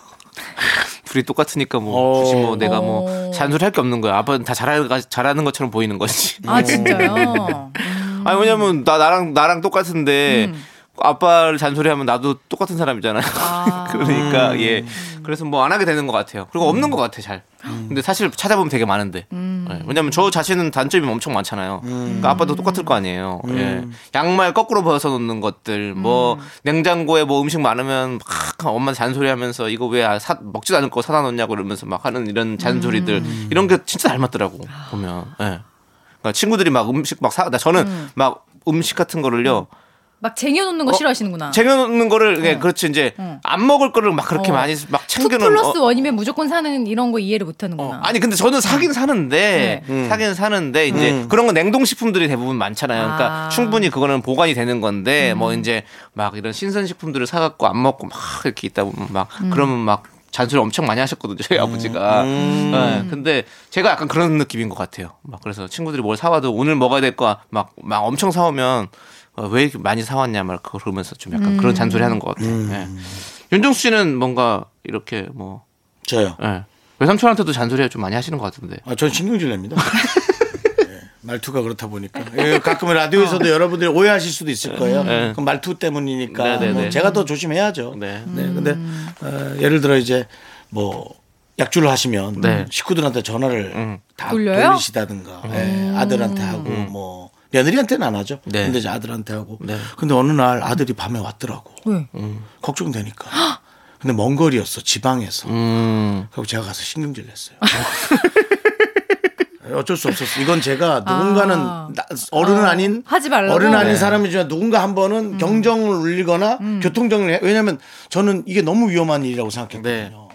Speaker 2: 둘이 똑같으니까 뭐, 굳이 뭐, 내가 뭐,
Speaker 5: 어.
Speaker 2: 잔소리 할 게 없는 거야. 아빠는 다 잘하는, 잘하는 것처럼 보이는 거지.
Speaker 5: 아 진짜요? 음.
Speaker 2: 아니, 왜냐면, 나, 나랑, 나랑 똑같은데, 아빠를 잔소리하면 나도 똑같은 사람이잖아요.
Speaker 5: 아.
Speaker 2: 그러니까 예 그래서 뭐 안 하게 되는 것 같아요 그리고 없는 것 같아 잘 근데 사실 찾아보면 되게 많은데 예, 왜냐면 저 자신은 단점이 엄청 많잖아요 그러니까 아빠도 똑같을 거 아니에요 예. 양말 거꾸로 벗어 놓는 것들 뭐 냉장고에 뭐 음식 많으면 막 엄마 잔소리하면서 이거 왜 아, 사- 먹지도 않을 거 사다 놓냐고 이러면서 막 하는 이런 잔소리들 이런 게 진짜 닮았더라고 보면 예. 그러니까 친구들이 막 음식 막 사, 나 저는 막 음식 같은 거를요,
Speaker 5: 막 쟁여놓는 거
Speaker 2: 어,
Speaker 5: 싫어하시는구나.
Speaker 2: 쟁여놓는 거를, 예, 그렇지, 이제, 안 먹을 거를 막 그렇게
Speaker 5: 어.
Speaker 2: 많이 막
Speaker 5: 투
Speaker 2: 챙겨놓는
Speaker 5: 플러스
Speaker 2: 어,
Speaker 5: 원이면 무조건 사는 이런 거 이해를
Speaker 2: 어,
Speaker 5: 못하는구나. 음. 네.
Speaker 2: 아니 근데 저는 사긴 사는데 사긴 사는데 이제 그런 건 냉동식품들이 대부분 많잖아요. 그러니까
Speaker 5: 아. 음.
Speaker 2: 충분히 그거는 보관이 되는 건데 뭐 이제 막 이런 신선식품들을 사갖고 안 먹고 막 이렇게 있다 보면 막
Speaker 5: 음.
Speaker 2: 그러면 막 잔소리 엄청 많이 하셨거든요 저희 아버지가. 예, 근데 제가 약간 그런 느낌인 것 같아요. 막 그래서 친구들이 뭘 사와도 오늘 먹어야 될 거야 막막 엄청 사오면 어, 왜 이렇게 많이 사왔냐 막 그러면서 좀 약간
Speaker 5: 음.
Speaker 2: 그런 잔소리 하는 것 같아요. 예. 윤정수 씨는 뭔가 이렇게 뭐
Speaker 1: 저요.
Speaker 2: 예. 외삼촌한테도 잔소리 좀 많이 하시는 것 같은데.
Speaker 1: 아, 전 신경질 냅니다. 예, 말투가 그렇다 보니까 예, 가끔 라디오에서도 여러분들이 오해하실 수도 있을 거예요.
Speaker 2: 어. 네.
Speaker 1: 그럼 말투 때문이니까
Speaker 2: 네, 네,
Speaker 1: 뭐
Speaker 2: 네.
Speaker 1: 제가 더 조심해야죠.
Speaker 2: 네.
Speaker 1: 근데 어, 예를 들어 이제 뭐 약주를 하시면
Speaker 2: 네. 음.
Speaker 1: 식구들한테 전화를 다
Speaker 5: 돌려요?
Speaker 1: 돌리시다든가 예, 아들한테 하고 뭐 며느리한테는 안 하죠.
Speaker 2: 네.
Speaker 1: 근데 이제 아들한테 하고.
Speaker 2: 네. 음.
Speaker 1: 근데 어느 날 아들이 밤에 왔더라고.
Speaker 5: 왜?
Speaker 1: 걱정되니까. 근데 먼 거리였어 지방에서.
Speaker 2: 음.
Speaker 1: 그리고 제가 가서 신경질 냈어요. 어쩔 수 없었어. 이건 제가 누군가는
Speaker 5: 아.
Speaker 1: 나- 어른은
Speaker 5: 아,
Speaker 1: 아닌
Speaker 5: 하지 말라고?
Speaker 1: 어른 아닌
Speaker 2: 네.
Speaker 1: 사람이지만 누군가 한 번은 경정을 울리거나 교통정리 해. 왜냐면 저는 이게 너무 위험한 일이라고 생각했거든요.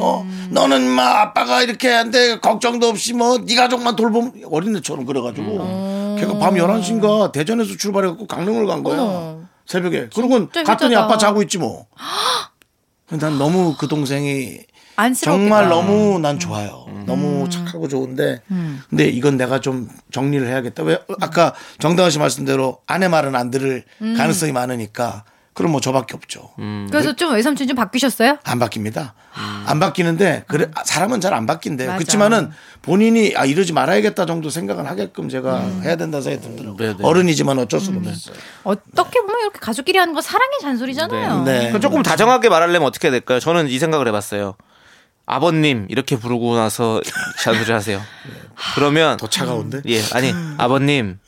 Speaker 1: 어, 너는 막 아빠가 이렇게 한데 걱정도 없이 뭐네 가족만 돌봄 어린애처럼 그래가지고 걔가 밤 11시인가 대전에서 출발해갖고 강릉을 간 거야.
Speaker 5: 어머.
Speaker 1: 새벽에. 그러고
Speaker 5: 진짜
Speaker 1: 갔더니
Speaker 5: 효자다.
Speaker 1: 아빠 자고 있지 뭐. 근데 난 너무 그 동생이
Speaker 5: 안쓰럽다.
Speaker 1: 정말 너무 난 좋아요.
Speaker 2: 음.
Speaker 1: 너무 착하고 좋은데. 근데 이건 내가 좀 정리를 해야겠다. 왜 아까 정다은 씨 말씀대로 아내 말은 안 들을
Speaker 2: 음.
Speaker 1: 가능성이 많으니까 그럼 뭐 저밖에 없죠.
Speaker 5: 그래서 좀 외삼촌 좀 바뀌셨어요?
Speaker 1: 안 바뀝니다. 안 바뀌는데 그래 아, 사람은 잘 안 바뀐대요.
Speaker 5: 맞아.
Speaker 1: 그렇지만은 본인이 아 이러지 말아야겠다 정도 생각은 하게끔 제가 해야 된다 생각이 들더라고요.
Speaker 2: 네, 네.
Speaker 1: 어른이지만 어쩔 수가 없어요.
Speaker 5: 어떻게 보면 이렇게 가족끼리 하는 거 사랑의 잔소리잖아요.
Speaker 1: 네.
Speaker 2: 그럼 조금 다정하게 말하려면 어떻게 해야 될까요? 저는 이 생각을 해봤어요. 아버님 이렇게 부르고 나서 잔소리 하세요. 그러면
Speaker 1: 더 차가운데. 네.
Speaker 2: 예 아니 아버님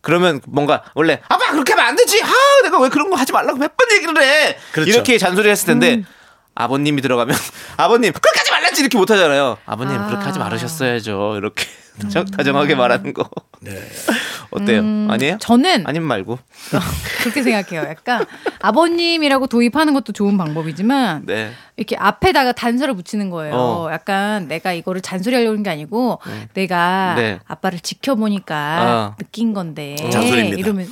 Speaker 2: 그러면 뭔가 원래 아빠 그렇게 하면 안 되지. 아 내가 왜 그런 거 하지 말라고 몇 번 얘기를 해.
Speaker 1: 그렇죠.
Speaker 2: 이렇게 잔소리 했을 텐데 아버님이 들어가면 아버님 그렇게 하지 말랬지 이렇게 못 하잖아요. 아버님 음. 그렇게 하지 말으셨어야죠. 이렇게 다정, 다정하게 말하는 거. 어때요? 아니에요?
Speaker 5: 저는
Speaker 2: 아님 말고.
Speaker 5: 그렇게 생각해요. 약간 아버님이라고 도입하는 것도 좋은 방법이지만
Speaker 2: 네.
Speaker 5: 이렇게 앞에다가 단서를 붙이는 거예요.
Speaker 2: 어.
Speaker 5: 약간 내가 이거를 잔소리하려는 게 아니고
Speaker 1: 음.
Speaker 5: 내가
Speaker 2: 네.
Speaker 5: 아빠를 지켜보니까
Speaker 2: 아.
Speaker 5: 느낀 건데
Speaker 1: 잔소리입니다.
Speaker 5: 이러면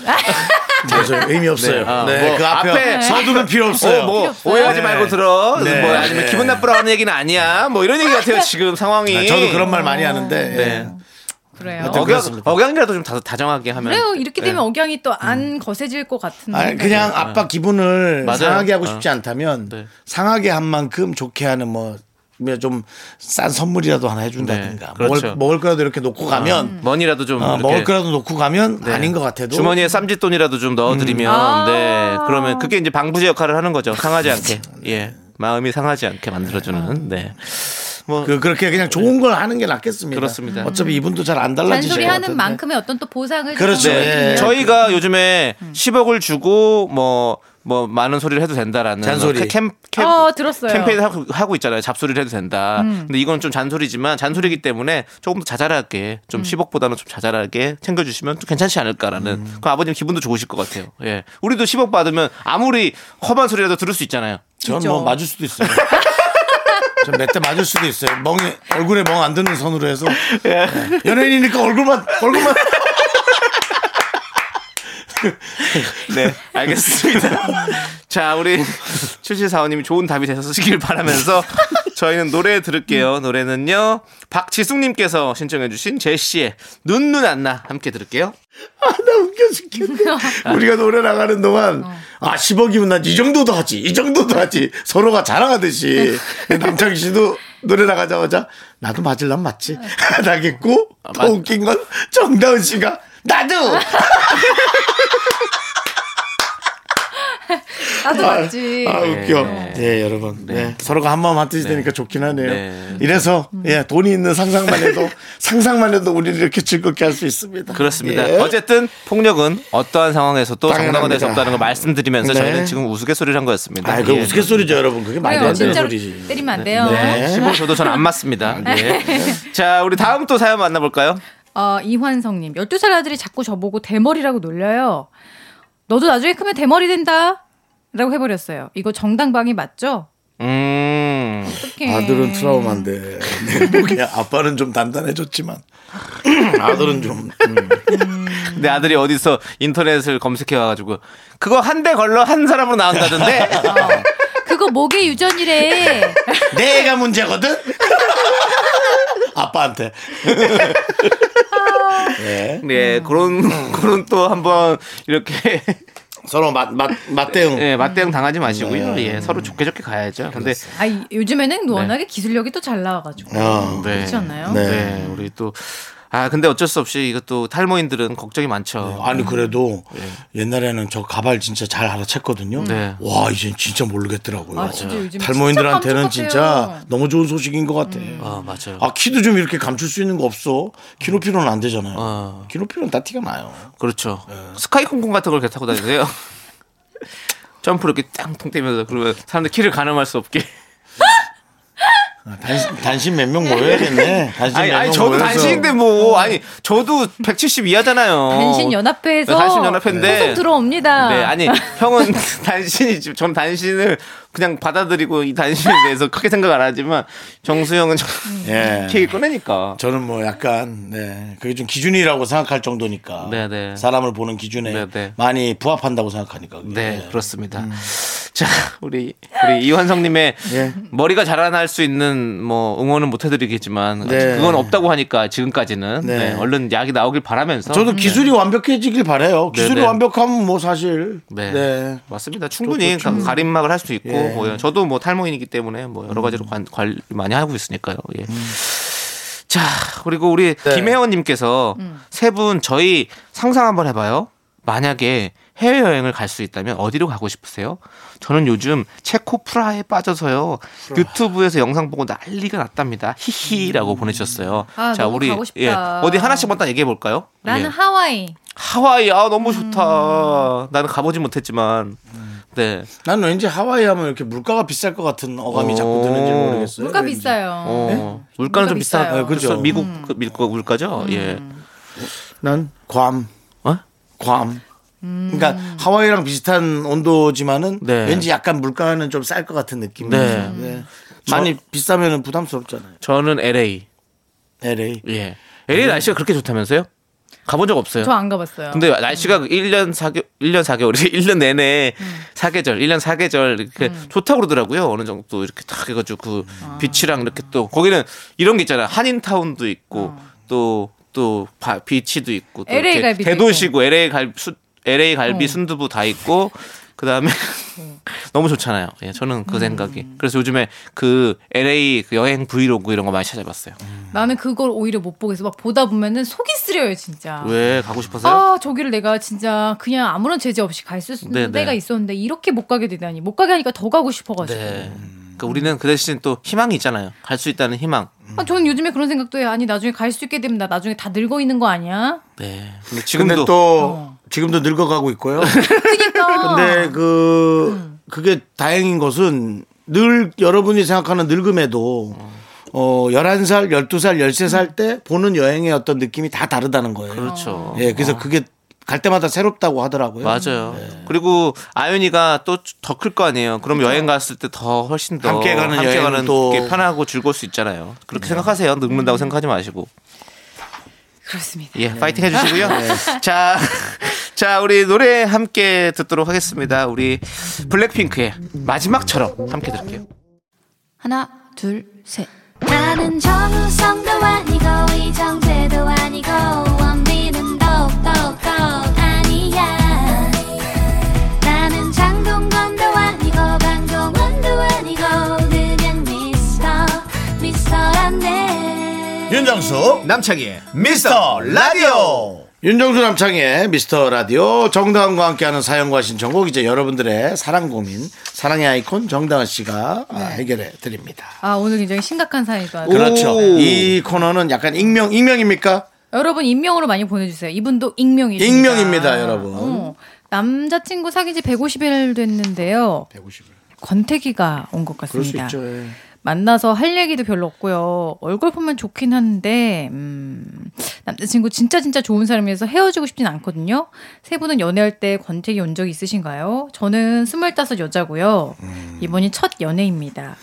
Speaker 1: 그래서 의미 없어요.
Speaker 2: 네. 아,
Speaker 1: 네,
Speaker 2: 뭐
Speaker 1: 그 앞에,
Speaker 2: 앞에
Speaker 1: 서두면 필요 없어요.
Speaker 2: 어, 뭐
Speaker 5: 없어요.
Speaker 2: 오해하지 말고 들어.
Speaker 1: 네.
Speaker 2: 뭐 아니면
Speaker 1: 네.
Speaker 2: 기분 나쁘라는 얘기는 아니야. 뭐 이런 얘기 같아요. 지금 상황이.
Speaker 1: 네, 저도 그런 말 많이 하는데 예.
Speaker 2: 네.
Speaker 5: 그래요.
Speaker 1: 어떤-
Speaker 2: 억양
Speaker 1: 그렇습니다.
Speaker 2: 억양이라도 좀 다, 다정하게 하면. 네.
Speaker 5: 그래요. 이렇게 되면 억양이 또 안 거세질 것 같은데.
Speaker 1: 네. 음. 아니, 그냥 아빠 기분을
Speaker 2: 맞아요.
Speaker 1: 상하게 하고
Speaker 2: 어.
Speaker 1: 싶지 않다면
Speaker 2: 네.
Speaker 1: 상하게 한 만큼 좋게 하는 뭐, 뭐좀싼 선물이라도 하나 해준다든가
Speaker 2: 네, 그렇죠.
Speaker 1: 먹을, 먹을 거라도 이렇게 놓고
Speaker 5: 음.
Speaker 1: 가면
Speaker 2: 머니라도 좀
Speaker 1: 어,
Speaker 2: 이렇게
Speaker 1: 먹을 거라도 놓고 가면
Speaker 2: 네.
Speaker 1: 아닌 것 같아도
Speaker 2: 주머니에 쌈짓돈이라도 좀
Speaker 5: 음.
Speaker 2: 넣어드리면
Speaker 5: 아.
Speaker 2: 네 그러면 그게 이제 방부제 역할을 하는 거죠 상하지 않게 예 마음이 상하지 않게 만들어주는 네. 네뭐
Speaker 1: 그, 그렇게 그냥 좋은 걸 하는 게 낫겠습니다.
Speaker 2: 그렇습니다. 음.
Speaker 1: 어차피 이분도 잘 안 달라지실 것 같은데.
Speaker 5: 잔소리하는 만큼의 어떤 또 보상을
Speaker 1: 그렇죠.
Speaker 5: 주는
Speaker 1: 예.
Speaker 5: 거예요.
Speaker 2: 저희가 요즘에 10억을 주고 뭐 뭐 많은 소리를 해도 된다라는
Speaker 1: 잔소리.
Speaker 2: 뭐 캠, 캠,
Speaker 5: 어, 들었어요. 음.
Speaker 2: 캠페인을 하고, 하고 있잖아요. 잡소리를 해도 된다. 근데 이건 좀 잔소리지만 잔소리이기 때문에 조금 더 자잘하게
Speaker 5: 음.
Speaker 2: 좀 10억보다는 좀 자잘하게 챙겨주시면 또 괜찮지 않을까라는 그 아버님 기분도 좋으실 것 같아요. 예. 우리도 10억 받으면 아무리 험한 소리라도 들을 수 있잖아요.
Speaker 1: 전 뭐 맞을 수도 있어요. 전 몇 대 맞을 수도 있어요. 멍이 얼굴에 멍 안 드는 선으로 해서
Speaker 2: 예.
Speaker 1: 네. 연예인이니까 얼굴만 얼굴만
Speaker 2: 네, 알겠습니다. 자, 우리 7745님이 좋은 답이 되셨으길 바라면서 저희는 노래 들을게요. 노래는요, 박지숙님께서 신청해주신 제시의 눈눈 안나 함께 들을게요.
Speaker 1: 나 웃겨 죽겠네. 우리가 노래 나가는 동안
Speaker 5: 어.
Speaker 1: 아 10억이면 난 이 정도도 하지 이 정도도 하지 서로가 자랑하듯이
Speaker 5: 네.
Speaker 1: 남창희 씨도 노래 나가자마자 나도 맞을란 맞지
Speaker 5: 네.
Speaker 1: 나겠고 더
Speaker 2: 아, 맞-
Speaker 1: 웃긴 건 정다은 씨가 나도
Speaker 5: 아, 나도 맞지.
Speaker 1: 아 웃겨.
Speaker 2: 네.
Speaker 1: 네, 여러분. 네. 서로가 한 마음 한 뜻이 되니까 좋긴 하네요.
Speaker 2: 네.
Speaker 1: 이래서
Speaker 5: 음.
Speaker 1: 예 돈이 있는 상상만 해도 상상만 해도 우리를 이렇게 즐겁게 할 수 있습니다.
Speaker 2: 그렇습니다.
Speaker 1: 예.
Speaker 2: 어쨌든 폭력은 어떠한 상황에서도 정당화 될수
Speaker 1: 당연합니다.
Speaker 2: 없다는 걸 말씀드리면서
Speaker 1: 네.
Speaker 2: 저희는 지금 우스갯소리를 한 거였습니다.
Speaker 1: 아, 그
Speaker 2: 예.
Speaker 1: 우스갯소리죠, 여러분. 그게 말도
Speaker 5: 그래요.
Speaker 1: 안 되는
Speaker 5: 진짜로
Speaker 1: 소리지.
Speaker 5: 때리면 안 돼요.
Speaker 1: 네.
Speaker 2: 10억 저도 전 안 맞습니다. 예. 자, 우리 다음 또 사연 만나볼까요?
Speaker 5: 어, 이환성님, 12살 아들이 자꾸 저보고 대머리라고 놀려요. 너도 나중에 크면 대머리 된다. 라고 해버렸어요. 이거 정당방위 맞죠?
Speaker 2: 음,
Speaker 5: 어떡해.
Speaker 1: 아들은 트라우마인데 내 보기에 뭐 아빠는 좀 단단해졌지만 아들은 좀 음.
Speaker 2: 내 아들이 어디서 인터넷을 검색해와가지고 그거 한 대 걸러 한 사람으로 나온다던데
Speaker 5: 그거 목의 유전이래.
Speaker 1: 내가 문제거든. 아빠한테. 예.
Speaker 2: 네, 그런 그런 또 한번 이렇게
Speaker 1: 서로 맞, 맞, 맞대응.
Speaker 5: 네.
Speaker 2: 예, 맞대응 당하지 마시고요.
Speaker 1: 네.
Speaker 2: 예, 서로 좋게 좋게 가야죠. 근데
Speaker 5: 아, 이- 요즘에는 워낙에 기술력이 또 잘 나와가지고.
Speaker 1: 어.
Speaker 2: 네.
Speaker 5: 그렇지 않나요?
Speaker 1: 네.
Speaker 2: 네, 우리 또 아, 근데 어쩔 수 없이 이것도 탈모인들은 걱정이 많죠.
Speaker 1: 아니 그래도 네. 옛날에는 저 가발 진짜 잘 알아챘거든요.
Speaker 2: 네.
Speaker 1: 와 이젠 진짜 모르겠더라고요.
Speaker 5: 아, 진짜 요즘
Speaker 1: 탈모인들한테는
Speaker 5: 진짜
Speaker 1: 진짜
Speaker 5: 깜짝깜짝해요. 음.
Speaker 1: 너무 좋은 소식인 것 같아.
Speaker 2: 아, 맞아요.
Speaker 1: 아 키도 좀 이렇게 감출 수 있는 거 없어. 키로피로는 안 되잖아요.
Speaker 2: 어.
Speaker 1: 키로피로는 다 티가 나요.
Speaker 2: 그렇죠. 스카이 콩콩 같은 걸 이렇게 타고 다니세요. 점프 이렇게 땅통 떼면서 그러면 사람들 키를 가늠할 수 없게.
Speaker 1: 아, 단신, 단신 몇 명 모여야겠네. 단신
Speaker 2: 아니,
Speaker 1: 몇명
Speaker 2: 아니 저도
Speaker 1: 모여서.
Speaker 2: 단신인데 뭐 아니 저도 170 이하잖아요.
Speaker 1: 어,
Speaker 5: 단신 연합회에서
Speaker 2: 네, 단신 연합회인데.
Speaker 5: 소송 들어옵니다.
Speaker 2: 네, 아니 형은 단신이지. 저는 단신을 그냥 받아들이고 이 단신에 대해서 크게 생각 안 하지만 정수 형은 좀
Speaker 1: 예.
Speaker 2: 뭐 케이크 꺼내니까.
Speaker 1: 저는 뭐 약간 네 그게 좀 기준이라고 생각할 정도니까
Speaker 2: 네네.
Speaker 1: 사람을 보는 기준에
Speaker 2: 네네.
Speaker 1: 많이 부합한다고 생각하니까 그게.
Speaker 2: 네, 그렇습니다. 자, 우리 우리 이환성님의
Speaker 1: 음. 예.
Speaker 2: 머리가 자라날 수 있는 뭐 응원은 못 해드리겠지만
Speaker 1: 네.
Speaker 2: 그건 없다고 하니까 지금까지는
Speaker 1: 네.
Speaker 2: 네, 얼른 약이 나오길 바라면서
Speaker 1: 저도 기술이 완벽해지길 바래요. 기술이
Speaker 2: 네. 네네.
Speaker 1: 완벽하면 뭐 사실
Speaker 2: 네.
Speaker 1: 네.
Speaker 2: 맞습니다. 충분히 가- 가림막을 할 수 있고 뭐 저도 뭐 탈모인이기 때문에 뭐 여러 가지로 관, 관리 많이 하고 있으니까요. 예. 자 그리고 우리 김혜원님께서
Speaker 5: 음.
Speaker 2: 세 분 저희 상상 한번 해봐요. 만약에 해외 여행을 갈 수 있다면 어디로 가고 싶으세요? 저는 요즘 체코 프라하에 빠져서요 유튜브에서 영상 보고 난리가 났답니다. 히히라고 보내주셨어요.
Speaker 5: 아,
Speaker 2: 자
Speaker 5: 너무
Speaker 2: 우리
Speaker 5: 가고 싶다.
Speaker 2: 예, 어디 하나씩만 딱 얘기해 볼까요?
Speaker 5: 나는
Speaker 1: 예.
Speaker 5: 하와이.
Speaker 2: 하와이 아 너무
Speaker 5: 음.
Speaker 2: 좋다. 나는 가보지 못했지만 네.
Speaker 1: 난 왠지 하와이 하면 이렇게 물가가 비쌀 것 같은 어감이
Speaker 2: 어.
Speaker 1: 자꾸 드는지 네. 모르겠어요.
Speaker 5: 물가
Speaker 1: 왠지.
Speaker 5: 비싸요.
Speaker 2: 어, 물가는
Speaker 5: 네? 물가 음.
Speaker 2: 좀 비싸.
Speaker 5: 비싸요.
Speaker 2: 그렇죠.
Speaker 1: 그죠.
Speaker 2: 미국 그 밀가 물가죠. 예.
Speaker 1: 난 괌,
Speaker 2: 어?
Speaker 1: 괌. 그러니까 하와이랑 비슷한 온도지만은
Speaker 2: 네.
Speaker 1: 왠지 약간 물가는 좀 쌀 것 같은 느낌.
Speaker 2: 네.
Speaker 1: 많이 비싸면은 부담스럽잖아요.
Speaker 2: 저는 LA.
Speaker 1: LA.
Speaker 2: 예. LA
Speaker 5: 음.
Speaker 2: 날씨가 그렇게 좋다면서요? 가본 적 없어요.
Speaker 5: 저 안 가봤어요.
Speaker 2: 근데 날씨가 그 1년 4개 1년 4개월이 1년 내내 사계절, 1년 사계절 이렇게
Speaker 5: 음.
Speaker 2: 좋다고 그러더라고요. 어느 정도 이렇게 탁해 가지고 그
Speaker 5: 아.
Speaker 2: 비치랑 이렇게 또 거기는 이런 게 있잖아요. 한인타운도 있고 또 또 비치도 있고 또
Speaker 5: 어. LA
Speaker 2: 이렇게
Speaker 5: 갈비도 어.
Speaker 2: 대도시고 LA 갈비 수, LA 갈비 순두부 다 있고 그다음에
Speaker 5: 네.
Speaker 2: 너무 좋잖아요. 예, 저는
Speaker 5: 음.
Speaker 2: 그 생각이. 그래서 요즘에 그 LA 그 여행 브이로그 이런 거 많이 찾아봤어요.
Speaker 5: 나는 그걸 오히려 못 보겠어. 막 보다 보면은 속이 쓰려요, 진짜.
Speaker 2: 왜 가고 싶어서요?
Speaker 5: 아, 저기를 내가 진짜 그냥 아무런 제재 없이 갈 수 있는
Speaker 2: 네, 네.
Speaker 5: 때가 있었는데 이렇게 못 가게 되다니. 못 가게 하니까 더 가고
Speaker 1: 음.
Speaker 5: 싶어가지고.
Speaker 2: 네. 그러니까 우리는 그 대신 또 희망이 있잖아요. 갈 수 있다는 희망.
Speaker 5: 아, 저는 요즘에 그런 생각도 해요. 아니, 나중에 갈 수 있게 되면 나 나중에 다 늙어 있는 거 아니야?
Speaker 1: 네.
Speaker 2: 근데
Speaker 1: 근데
Speaker 2: 지금도
Speaker 1: 또 지금도 늙어가고 있고요.
Speaker 5: 어. 그니까.
Speaker 1: 근데 그 그게 다행인 것은 늘 여러분이 생각하는 늙음에도 어 11살, 12살, 13살 때 보는 여행의 어떤 느낌이 다 다르다는 거예요.
Speaker 2: 그렇죠.
Speaker 1: 예, 그래서 그게 갈 때마다 새롭다고 하더라고요.
Speaker 2: 맞아요.
Speaker 1: 네.
Speaker 2: 그리고 아윤이가 또 더 클 거 아니에요. 그럼 여행 갔을 때 더 훨씬 더
Speaker 1: 그렇죠. 함께 가는 네. 여행은 또-
Speaker 2: 게 편하고 즐거울 수 있잖아요. 그렇게 생각하세요.
Speaker 1: 음.
Speaker 2: 늙는다고 생각하지 마시고.
Speaker 5: 그렇습니다.
Speaker 2: 예, 파이팅 해주시고요.
Speaker 1: 네.
Speaker 2: 자, 자, 우리 노래 함께 듣도록 하겠습니다. 우리 블랙핑크의 마지막처럼 함께 들을게요.
Speaker 5: 하나, 둘, 셋.
Speaker 3: 나는 정우성도 아니고 이정재도 아니고 원빈은 더욱더 아니야 나는 장동건도 아니고 강동원도 아니고 그냥 미스터 미스터란데
Speaker 1: 윤정수
Speaker 2: 남창희의
Speaker 1: 미스터 라디오 윤정수 남창의 미스터 라디오 정다은과 함께하는 사연과 신청곡 이제 여러분들의 사랑 고민 사랑의 아이콘 정다은 씨가 아,
Speaker 5: 네.
Speaker 1: 해결해 드립니다.
Speaker 5: 아, 오늘 굉장히 심각한 사연이죠. 아주.
Speaker 1: 그렇죠.
Speaker 2: 오.
Speaker 1: 이 코너는 약간 익명 익명입니까?
Speaker 5: 여러분 익명으로 많이 보내주세요. 이분도 익명이죠.
Speaker 1: 익명입니다, 여러분.
Speaker 5: 남자친구 사귄 지 150일 됐는데요.
Speaker 1: 150일.
Speaker 5: 권태기가 온 것
Speaker 1: 그럴 수
Speaker 5: 같습니다.
Speaker 1: 있죠. 예.
Speaker 5: 만나서 할 얘기도 별로 없고요. 얼굴 보면 좋긴 한데 음, 남자친구 진짜 진짜 좋은 사람이라서 헤어지고 싶진 않거든요. 세 분은 연애할 때 권태기 온 적 있으신가요? 저는 25 여자고요.
Speaker 1: 음.
Speaker 5: 이번이 첫 연애입니다.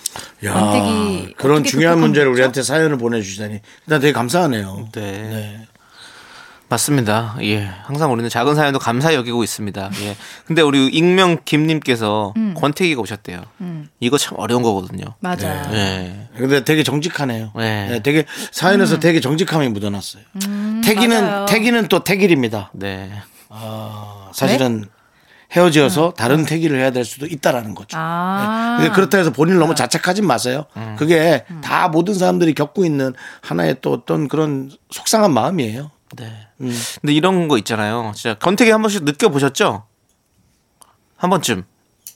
Speaker 1: 야,
Speaker 5: 권태기
Speaker 1: 그런
Speaker 5: 어떻게
Speaker 1: 중요한
Speaker 5: 극복하면
Speaker 1: 문제를
Speaker 5: 좋죠?
Speaker 1: 우리한테 사연을 보내주시다니 일단 되게 감사하네요.
Speaker 2: 네. 맞습니다. 예. 항상 우리는 작은 사연도 감사히 여기고 있습니다. 예. 근데 우리 익명 김님께서 권태기가 오셨대요. 이거 참 어려운 거거든요.
Speaker 5: 맞아.
Speaker 1: 네.
Speaker 2: 예.
Speaker 1: 근데 되게 정직하네요.
Speaker 2: 네.
Speaker 1: 네, 되게 사연에서 되게 정직함이 묻어났어요. 태기는
Speaker 5: 음. 맞아요.
Speaker 1: 태기는 또 태길입니다.
Speaker 2: 네.
Speaker 1: 사실은
Speaker 5: 네?
Speaker 1: 헤어지어서
Speaker 5: 음.
Speaker 1: 다른 태기를 해야 될 수도 있다라는 거죠.
Speaker 5: 아.
Speaker 1: 근데 그렇다 해서 본인을 너무 자책하지 마세요.
Speaker 2: 음.
Speaker 1: 그게 다 모든 사람들이 겪고 있는 하나의 또 어떤 그런 속상한 마음이에요.
Speaker 2: 네. 근데 이런 거 있잖아요. 진짜 권태기 한 번씩 느껴보셨죠? 한 번쯤.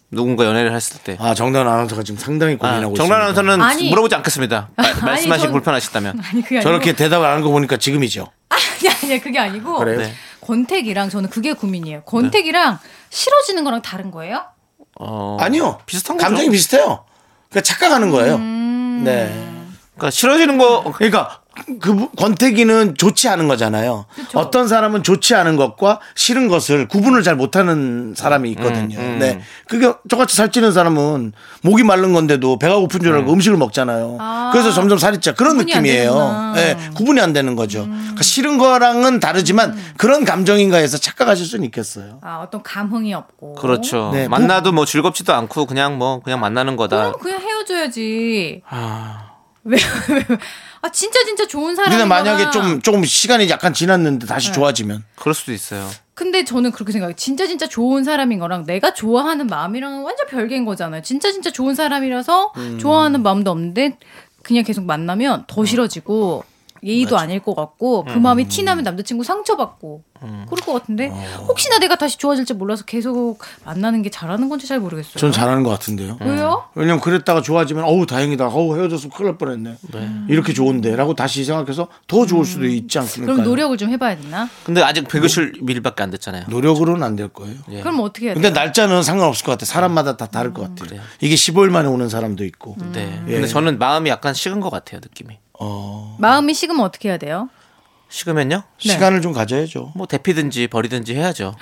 Speaker 2: 누군가 연애를 했을 때.
Speaker 1: 아, 정다은 아나운서가 지금 상당히
Speaker 2: 아,
Speaker 1: 고민하고
Speaker 2: 정란
Speaker 1: 있습니다.
Speaker 2: 아나운서는
Speaker 5: 아니.
Speaker 2: 물어보지 않겠습니다. 마-
Speaker 5: 아니,
Speaker 2: 말씀하시기
Speaker 5: 전-
Speaker 2: 불편하시다면.
Speaker 5: 아니 그게 아니고
Speaker 1: 네. 저렇게 대답을 안 한 거 보니까 지금이죠.
Speaker 5: 아니 아니 그게 아니고
Speaker 1: 그래요? 네.
Speaker 2: 네.
Speaker 5: 권태기랑 저는 그게 고민이에요. 권태기랑 싫어지는 거랑 다른 거예요?
Speaker 2: 어,
Speaker 1: 아니요.
Speaker 2: 비슷한 거죠.
Speaker 1: 감정이 비슷해요. 그러니까 착각하는 거예요.
Speaker 5: 음.
Speaker 1: 네.
Speaker 2: 그러니까 싫어지는 거
Speaker 1: 그러니까 그 권태기는 좋지 않은 거잖아요. 어떤 사람은 좋지 않은 것과 싫은 것을 구분을 잘 못하는 사람이 있거든요. 네, 그게 저같이 살찌는 사람은 목이 마른 건데도 배가 고픈 줄 알고 음. 식을 먹잖아요.
Speaker 5: 아.
Speaker 1: 그래서 점점 살이 쪄 그런
Speaker 5: 구분이 안
Speaker 1: 느낌이에요.
Speaker 5: 되는구나. 음.
Speaker 1: 네, 구분이 안 되는 거죠. 그러니까 싫은 거랑은 다르지만 그런 감정인가 해서 착각하실 수는 있겠어요.
Speaker 5: 아 어떤 감흥이 없고
Speaker 2: 그렇죠.
Speaker 1: 네,
Speaker 2: 만나도 뭐 즐겁지도 않고 그냥 뭐 그냥 만나는
Speaker 1: 아.
Speaker 2: 거다.
Speaker 5: 그럼 그냥 헤어져야지. 왜, 왜, 왜. 아 진짜 진짜 좋은 사람.
Speaker 1: 근데 아. 만약에 좀 조금 시간이 약간 지났는데
Speaker 5: 네.
Speaker 1: 다시 좋아지면
Speaker 2: 그럴 수도 있어요.
Speaker 5: 근데 저는 그렇게 생각해요. 진짜 진짜 좋은 사람인 거랑 내가 좋아하는 마음이랑은 완전 별개인 거잖아요. 진짜 진짜 좋은 사람이라서 좋아하는 마음도 없는데 그냥 계속 만나면
Speaker 1: 음.
Speaker 5: 더 싫어지고 예의도 아닐 것 같고 그 마음이 티나면 남자친구 상처받고
Speaker 1: 음.
Speaker 5: 그럴
Speaker 1: 어.
Speaker 5: 것 같은데 혹시나 내가 다시 좋아질지 몰라서 계속 만나는 게 잘하는 건지 잘 모르겠어요.
Speaker 1: 전 잘하는 것 같은데요.
Speaker 5: 왜요?
Speaker 1: 왜냐면 그랬다가 좋아지면 어우 다행이다 어우 헤어졌으면 큰일 날 뻔했네 이렇게 좋은데라고 다시 생각해서 더 좋을 수도 있지 않습니까
Speaker 5: 그럼 노력을 좀 해봐야 되나?
Speaker 1: 네.
Speaker 2: 근데 아직 150일밖에 안 됐잖아요.
Speaker 1: 노력으로는 안 될 거예요
Speaker 5: 그럼 어떻게 해야 돼?
Speaker 1: 근데 날짜는 상관없을 것 같아요 사람마다 다 다를 것 같아요 이게 15일 만에 오는 사람도 있고
Speaker 5: 음.
Speaker 2: 네.
Speaker 1: 예.
Speaker 2: 근데 저는 마음이 약간 식은 것 같아요, 느낌이.
Speaker 5: 마음이 식으면 어떻게 해야 돼요?
Speaker 2: 식으면요?
Speaker 1: 어,
Speaker 5: 네.
Speaker 1: 시간을 좀 가져야죠
Speaker 2: 뭐 대피든지 버리든지 해야죠.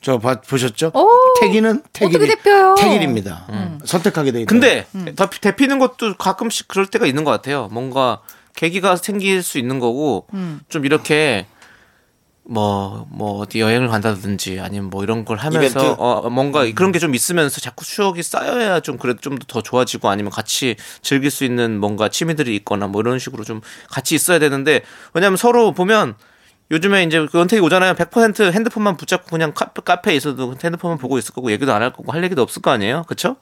Speaker 1: 저 봐- 보셨죠
Speaker 5: 오!
Speaker 1: 태기는 태길이,
Speaker 5: 어떻게 대표요? 음.
Speaker 1: 태길입니다 선택하게 돼 있다 음.
Speaker 2: 근데 다 대피는 것도 가끔씩 그럴 때가 있는 것 같아요. 뭔가 계기가 생길 수 있는 거고
Speaker 1: 음.
Speaker 2: 좀 이렇게 뭐 뭐 어디 여행을 간다든지 아니면 뭐 이런 걸 하면서
Speaker 1: 이벤트? 음.
Speaker 2: 어, 뭔가 그런 게 좀 있으면서 자꾸 추억이 쌓여야 좀 그래도 좀 더 좋아지고 아니면 같이 즐길 수 있는 뭔가 취미들이 있거나 뭐 이런 식으로 좀 같이 있어야 되는데 왜냐하면 서로 보면 요즘에 이제 그 연택이 오잖아요. 100% 핸드폰만 붙잡고 그냥 카, 카페에 있어도 핸드폰만 보고 있을 거고 얘기도 안 할 거고 할 얘기도 없을 거 아니에요. 그렇죠?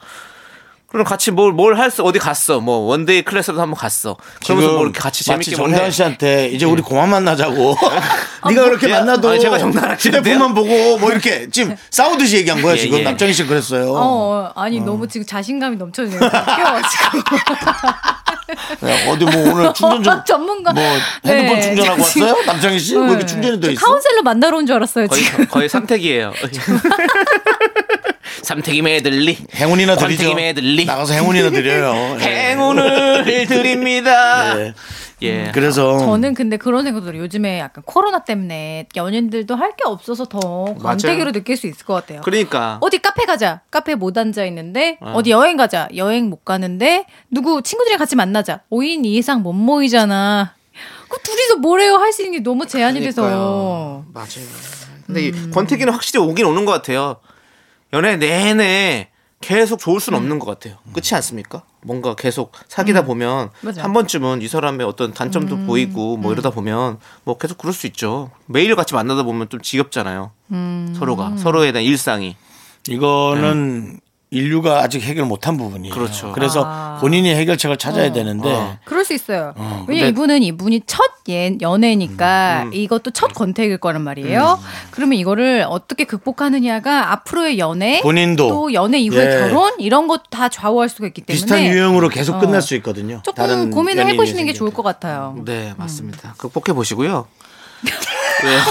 Speaker 2: 그럼 같이 뭘 뭘 할 수 어디 갔어 뭐 원데이 클래스라도 한번 갔어 그러면서 뭐 예. 이렇게 같이
Speaker 1: 마치
Speaker 2: 재밌게
Speaker 1: 정다은
Speaker 2: 뭔데
Speaker 1: 씨한테 이제 우리 고만 만나자고 네가 그렇게
Speaker 2: 예.
Speaker 1: 만나도
Speaker 2: 아니, 제가 정다은 아씨인데요?
Speaker 1: 휴대폰만 보고 뭐 이렇게 지금 싸우듯이 얘기한 거야
Speaker 2: 예,
Speaker 1: 지금
Speaker 2: 예.
Speaker 1: 남정희 씨 그랬어요
Speaker 5: 어, 어, 아니 너무 지금 자신감이 넘쳐지네요. 웃겨 지금.
Speaker 1: 네, 어디 뭐 오늘 충전 좀
Speaker 5: 전문가.
Speaker 1: 뭐
Speaker 2: 네,
Speaker 1: 핸드폰 충전하고 왔어요? 남창희 씨? 왜뭐 이렇게
Speaker 5: 네.
Speaker 1: 충전이 돼
Speaker 5: 저
Speaker 1: 있어?
Speaker 5: 카운셀러 만나러 온 줄 알았어요.
Speaker 2: 거의
Speaker 5: 지금.
Speaker 2: 거의 삼택이에요. 삼택이 매들리
Speaker 1: 행운이나 드리죠.
Speaker 2: 권태기 매들리.
Speaker 1: 나가서 행운이나 드려요. 예.
Speaker 2: 행운을 드립니다.
Speaker 1: 예.
Speaker 2: 예.
Speaker 1: 그래서
Speaker 5: 저는 근데 그런 생각도 들어요. 요즘에 약간 코로나 때문에 연인들도 할 게 없어서 더 권태기로 느낄 수 있을 것 같아요.
Speaker 2: 그러니까
Speaker 5: 어디 카페 가자. 카페 못 앉아 있는데 어. 디 여행 가자. 여행 못 가는데 누구 친구들이랑 같이 만나자. 5인 이상 못 모이잖아. 그 둘이서 뭐래요 할 수 있는 게 너무 제한이 돼서.
Speaker 2: 그러니까요. 맞아요. 근데
Speaker 5: 음.
Speaker 2: 이 권태기는 확실히 오긴 오는 것 같아요. 연애 내내 계속 좋을
Speaker 5: 음.
Speaker 2: 수는 없는 것 같아요. 그렇지 않습니까? 뭔가 계속 사귀다 보면
Speaker 5: 맞아요. 음.
Speaker 2: 한 번쯤은 이 사람의 어떤 단점도 보이고 뭐 이러다 보면 뭐 계속 그럴 수 있죠. 매일 같이 만나다 보면 좀 지겹잖아요.
Speaker 5: 음.
Speaker 2: 서로가 서로에 대한 일상이
Speaker 1: 이거는 인류가 아직 해결 못한 부분이에요.
Speaker 2: 네. 그렇죠.
Speaker 1: 그래서 본인이 해결책을 찾아야 되는데
Speaker 5: 그럴 수 있어요.
Speaker 1: 근데- 음,
Speaker 5: 왜냐 이분은 이분이 첫 예- 연애니까 이것도 첫 권태기일 거란 말이에요. 그러면 이거를 어떻게 극복하느냐가 앞으로의 연애,
Speaker 1: 본인도.
Speaker 5: 또 연애 이후에
Speaker 1: 예.
Speaker 5: 결혼 이런 것도 다 좌우할 수가 있기 때문에
Speaker 1: 비슷한 유형으로 계속
Speaker 5: 어.
Speaker 1: 끝날 수 있거든요.
Speaker 5: 조금 고민을 해보시는 게 좋을 것 같아요.
Speaker 2: 네 맞습니다. 극복해 보시고요.
Speaker 1: 음.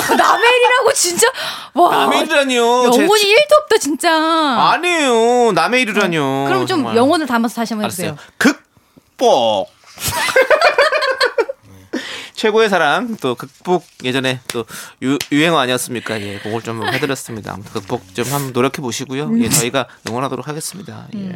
Speaker 5: 남의 일이라고 진짜 와
Speaker 2: 남의 일이라니요. 제-
Speaker 5: 아, 영혼이 일도 없다 진짜.
Speaker 1: 아,
Speaker 2: 아니에요. 남의 일이라뇨.
Speaker 5: 음. 그럼 좀
Speaker 2: 정말.
Speaker 5: 영혼을 담아서 다시 한번 해주세요.
Speaker 2: 알았어요. 극복. 최고의 사랑 또 극복 예전에 또 유, 행어 아니었습니까? 예, 그걸 좀 해드렸습니다. 아무튼 극복 좀 한번 노력해 보시고요. 예, 저희가 응원하도록 하겠습니다. 예.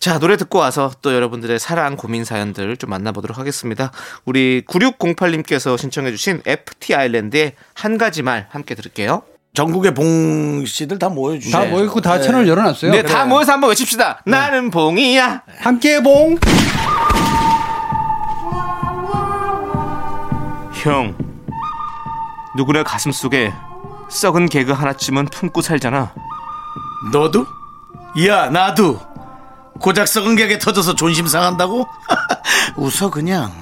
Speaker 2: 자 노래 듣고 와서 또 여러분들의 사랑 고민 사연들 좀 만나보도록 하겠습니다. 우리 9608님께서 신청해주신 FT 아일랜드의 한 가지 말 함께 들을게요.
Speaker 1: 전국의 봉 씨들 다 모여주세요.
Speaker 6: 다 아, 뭐 모이고 다 채널 열어놨어요.
Speaker 2: 네, 다 모여서 한번 외칩시다. 나는 봉이야.
Speaker 6: 함께 봉.
Speaker 2: 형, 누구나 가슴 속에 썩은 개그 하나쯤은 품고 살잖아.
Speaker 1: 너도? 야 나도 고작 썩은 객에 터져서 존심 상한다고? 웃어 그냥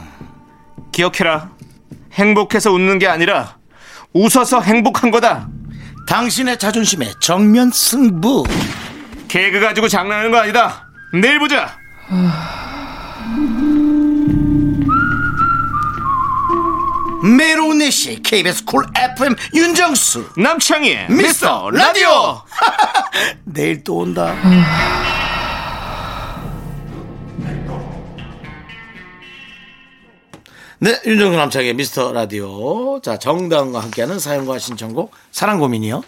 Speaker 2: 기억해라. 행복해서 웃는 게 아니라 웃어서 행복한 거다.
Speaker 1: 당신의 자존심에 정면 승부
Speaker 2: 개그 가지고 장난하는 거 아니다. 내일 보자.
Speaker 1: 메로운 4시 KBS 콜 FM 윤정수
Speaker 2: 남창희
Speaker 1: 미스터 라디오 내일 또 온다 네 윤정수 남창의 미스터 라디오 자 정다은과 함께하는 사연과 신청곡 사랑 고민이요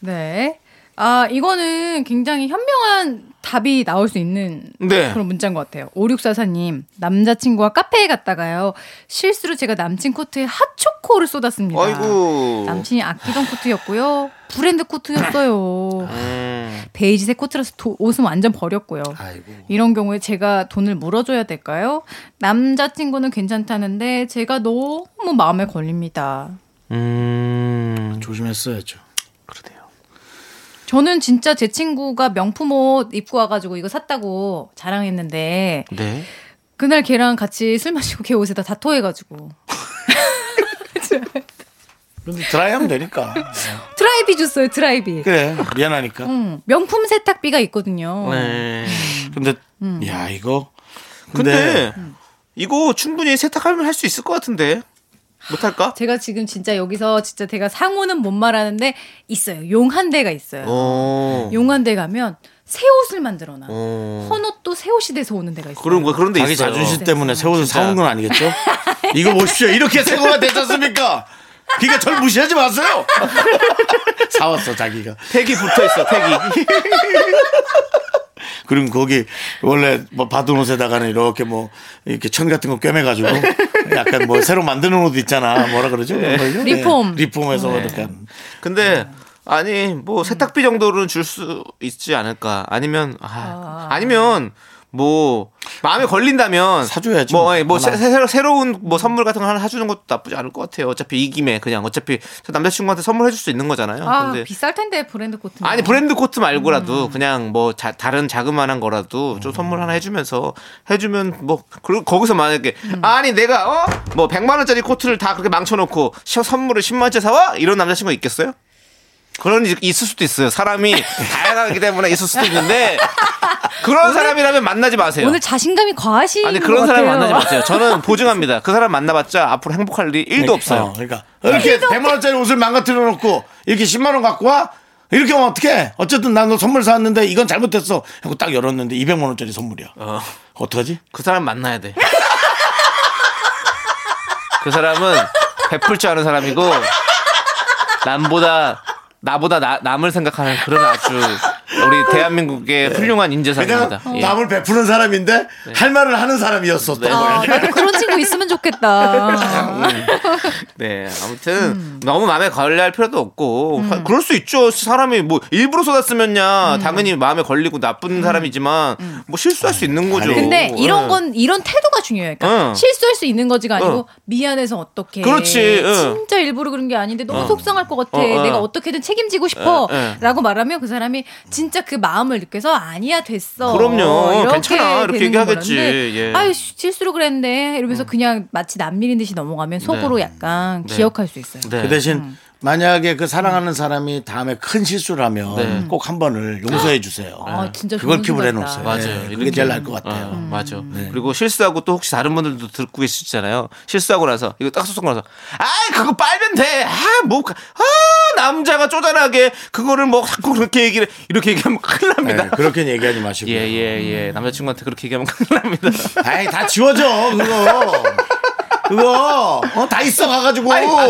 Speaker 5: 네. 아, 이거는 굉장히 현명한 답이 나올 수 있는
Speaker 2: 네.
Speaker 5: 그런 문자인 것 같아요. 5644님, 남자친구와 카페에 갔다가요. 실수로 제가 남친 코트에 핫초코를 쏟았습니다.
Speaker 2: 아이고.
Speaker 5: 남친이 아끼던 코트였고요. 브랜드 코트였어요.
Speaker 2: 아.
Speaker 1: 음.
Speaker 5: 베이지색 코트라서 도- 옷은 완전 버렸고요. 이런 경우에 제가 돈을 물어줘야 될까요? 남자친구는 괜찮다는데 제가 너무 마음에 걸립니다.
Speaker 2: 음,
Speaker 1: 조심했어야죠
Speaker 2: 그러네요.
Speaker 5: 저는 진짜 제 친구가 명품 옷 입고 와가지고 이거 샀다고 자랑했는데
Speaker 2: 네.
Speaker 5: 그날 걔랑 같이 술 마시고 걔 옷에다 다 토해가지고
Speaker 1: 근데 드라이하면 되니까
Speaker 5: 드라이비 줬어요 드라이비
Speaker 1: 그래 미안하니까
Speaker 5: 음, 명품 세탁비가 있거든요
Speaker 2: 네.
Speaker 1: 근데
Speaker 2: 음.
Speaker 1: 야 이거
Speaker 2: 근데 이거 충분히 세탁하면 할 수 있을 것 같은데 못할까?
Speaker 5: 제가 지금 진짜 여기서 진짜 제가 상호는 못 말하는데 있어요 용 한 대가 있어요
Speaker 2: 어.
Speaker 5: 용 한 대 가면 새 옷을 만들어놔
Speaker 2: 어.
Speaker 5: 헌옷도 새 옷이 돼서 오는 데가 있어요
Speaker 2: 그런 거 그런 데
Speaker 1: 자기
Speaker 2: 있어요.
Speaker 1: 자존심 때문에 새 옷을 사온 건 아니겠죠? 이거 보십시오. 이렇게 새 옷가 되지 않습니까? 그러니까 절 무시하지 마세요. 사왔어 자기가.
Speaker 2: 택이 붙어 있어 택이.
Speaker 1: 그리고 거기 원래 뭐 받은 옷에다가는 이렇게 뭐 이렇게 천 같은 거 꿰매가지고 약간 뭐 새로 만드는 옷 있잖아. 뭐라 그러죠? 그런 걸요?
Speaker 5: 리폼.
Speaker 1: 네. 리폼에서 약간
Speaker 2: 근데 아니 뭐 세탁비 정도는 줄 수 있지 않을까? 아니면 아, 아니면 뭐 마음에 걸린다면
Speaker 1: 사줘야지.
Speaker 2: 뭐, 아니, 뭐
Speaker 1: 하나.
Speaker 2: 새, 새로 새로운 뭐 선물 같은 거 하나 사주는 것도 나쁘지 않을 것 같아요. 어차피 이 김에 그냥 어차피 저 남자친구한테 선물해줄 수 있는 거잖아요.
Speaker 5: 아
Speaker 2: 근데
Speaker 5: 비쌀 텐데 브랜드 코트
Speaker 2: 아니 브랜드 코트 말고라도
Speaker 5: 음.
Speaker 2: 그냥 뭐 자- 다른 자그마한 거라도 좀 선물 하나 해주면서 해주면 뭐 그리고 거기서 만약에
Speaker 5: 음.
Speaker 2: 아니 내가 어뭐 100만 원짜리 코트를 다 그렇게 망쳐놓고 셔- 선물을 10만 원짜리 사와 이런 남자친구 있겠어요? 그런 일 있을 수도 있어요. 사람이 다양하기 때문에 있을 수도 있는데 그런 사람이라면 만나지 마세요.
Speaker 5: 오늘 자신감이 과하신
Speaker 2: 아니
Speaker 5: 것
Speaker 2: 그런 사람
Speaker 5: 같아요.
Speaker 2: 만나지 마세요. 저는 보증합니다. 그 사람 만나봤자 앞으로 행복할 일일도
Speaker 5: 네.
Speaker 2: 없어요.
Speaker 1: 어, 그러니까 이렇게 100만 원짜리 옷을 망가뜨려 놓고 이렇게 10만 원 갖고 와? 이렇게 하면 어떡해? 어쨌든 난 너 선물 사왔는데 이건 잘못했어. 하고 딱 열었는데 200만 원짜리 선물이야. 어.
Speaker 5: 그러니까.
Speaker 1: 어떡하지?
Speaker 2: 그 사람 만나야 돼. 그 사람은 베풀 줄 아는 사람이고 남보다 나보다 나- 남을 생각하는 그런 아주 우리 대한민국의 훌륭한
Speaker 1: 그냥
Speaker 2: 인재상입니다. 예. 네.
Speaker 1: 남을 베푸는 사람인데 할 말을 하는 사람이었어. 또.
Speaker 5: 아, 나도 그런 친구 있으면
Speaker 2: 아, 음.
Speaker 5: 좋겠다.
Speaker 2: 네, 아무튼 너무 마음에 걸려할 필요도 없고 사- 그럴 수 있죠. 사람이 뭐 일부러 쏟았으면야 당연히 마음에 걸리고 나쁜 사람이지만 뭐 실수할 수 있는 거죠.
Speaker 5: 근데 이런
Speaker 2: 예.
Speaker 5: 건 이런 태도가 중요해요. 그러니까
Speaker 2: 응.
Speaker 5: 실수할 수 있는 거지가 아니고
Speaker 2: 응.
Speaker 5: 미안해서 어떻게
Speaker 2: 어. 그렇지, 응.
Speaker 5: 진짜 일부러 그런 게 아닌데 너무 속상할 것 같아.
Speaker 2: 어, 어.
Speaker 5: 내가 어떻게든 책임지고 싶어라고
Speaker 2: 예, 예.
Speaker 5: 말하면 그 사람이 진짜 그 마음을 느껴서 아니야 됐어.
Speaker 2: 그럼요.
Speaker 5: 이렇게
Speaker 2: 괜찮아. 이렇게
Speaker 5: 되는
Speaker 2: 얘기하겠지.
Speaker 5: 거라는데
Speaker 2: 예. 음.
Speaker 5: 아유 씨, 실수로 그랬는데 이러면서 그냥 마치 남미린 듯이 넘어가면 속으로 약간 기억할 수 있어요.
Speaker 2: 네.
Speaker 1: 그 대신
Speaker 5: 음.
Speaker 1: 만약에 그 사랑하는 사람이 다음에 큰 실수를 하면
Speaker 2: 네.
Speaker 1: 꼭 한 번을 용서해 주세요.
Speaker 5: 아, 진짜
Speaker 1: 그걸
Speaker 5: 좋은
Speaker 1: 킵을
Speaker 5: 생각이다.
Speaker 1: 해놓으세요.
Speaker 2: 맞아요.
Speaker 1: 네, 그게
Speaker 2: 이렇게.
Speaker 1: 제일 나을 것 같아요.
Speaker 2: 어, 맞아. 그리고 실수하고 또 혹시 다른 분들도 듣고 계시잖아요. 실수하고 나서 이거 딱 쏘고 나서 아 그거 빨면 돼. 아뭐 아, 남자가 쪼잔하게 그거를 뭐 자꾸 그렇게 얘기를 이렇게 얘기하면 큰일 납니다.
Speaker 1: 네, 그렇게 얘기하지 마시고. 요
Speaker 2: 예, 예, 예. 남자친구한테 그렇게 얘기하면 큰일 납니다.
Speaker 1: 아이 다 지워져 그거. 그거 어, 다 있어 가가지고
Speaker 2: 아.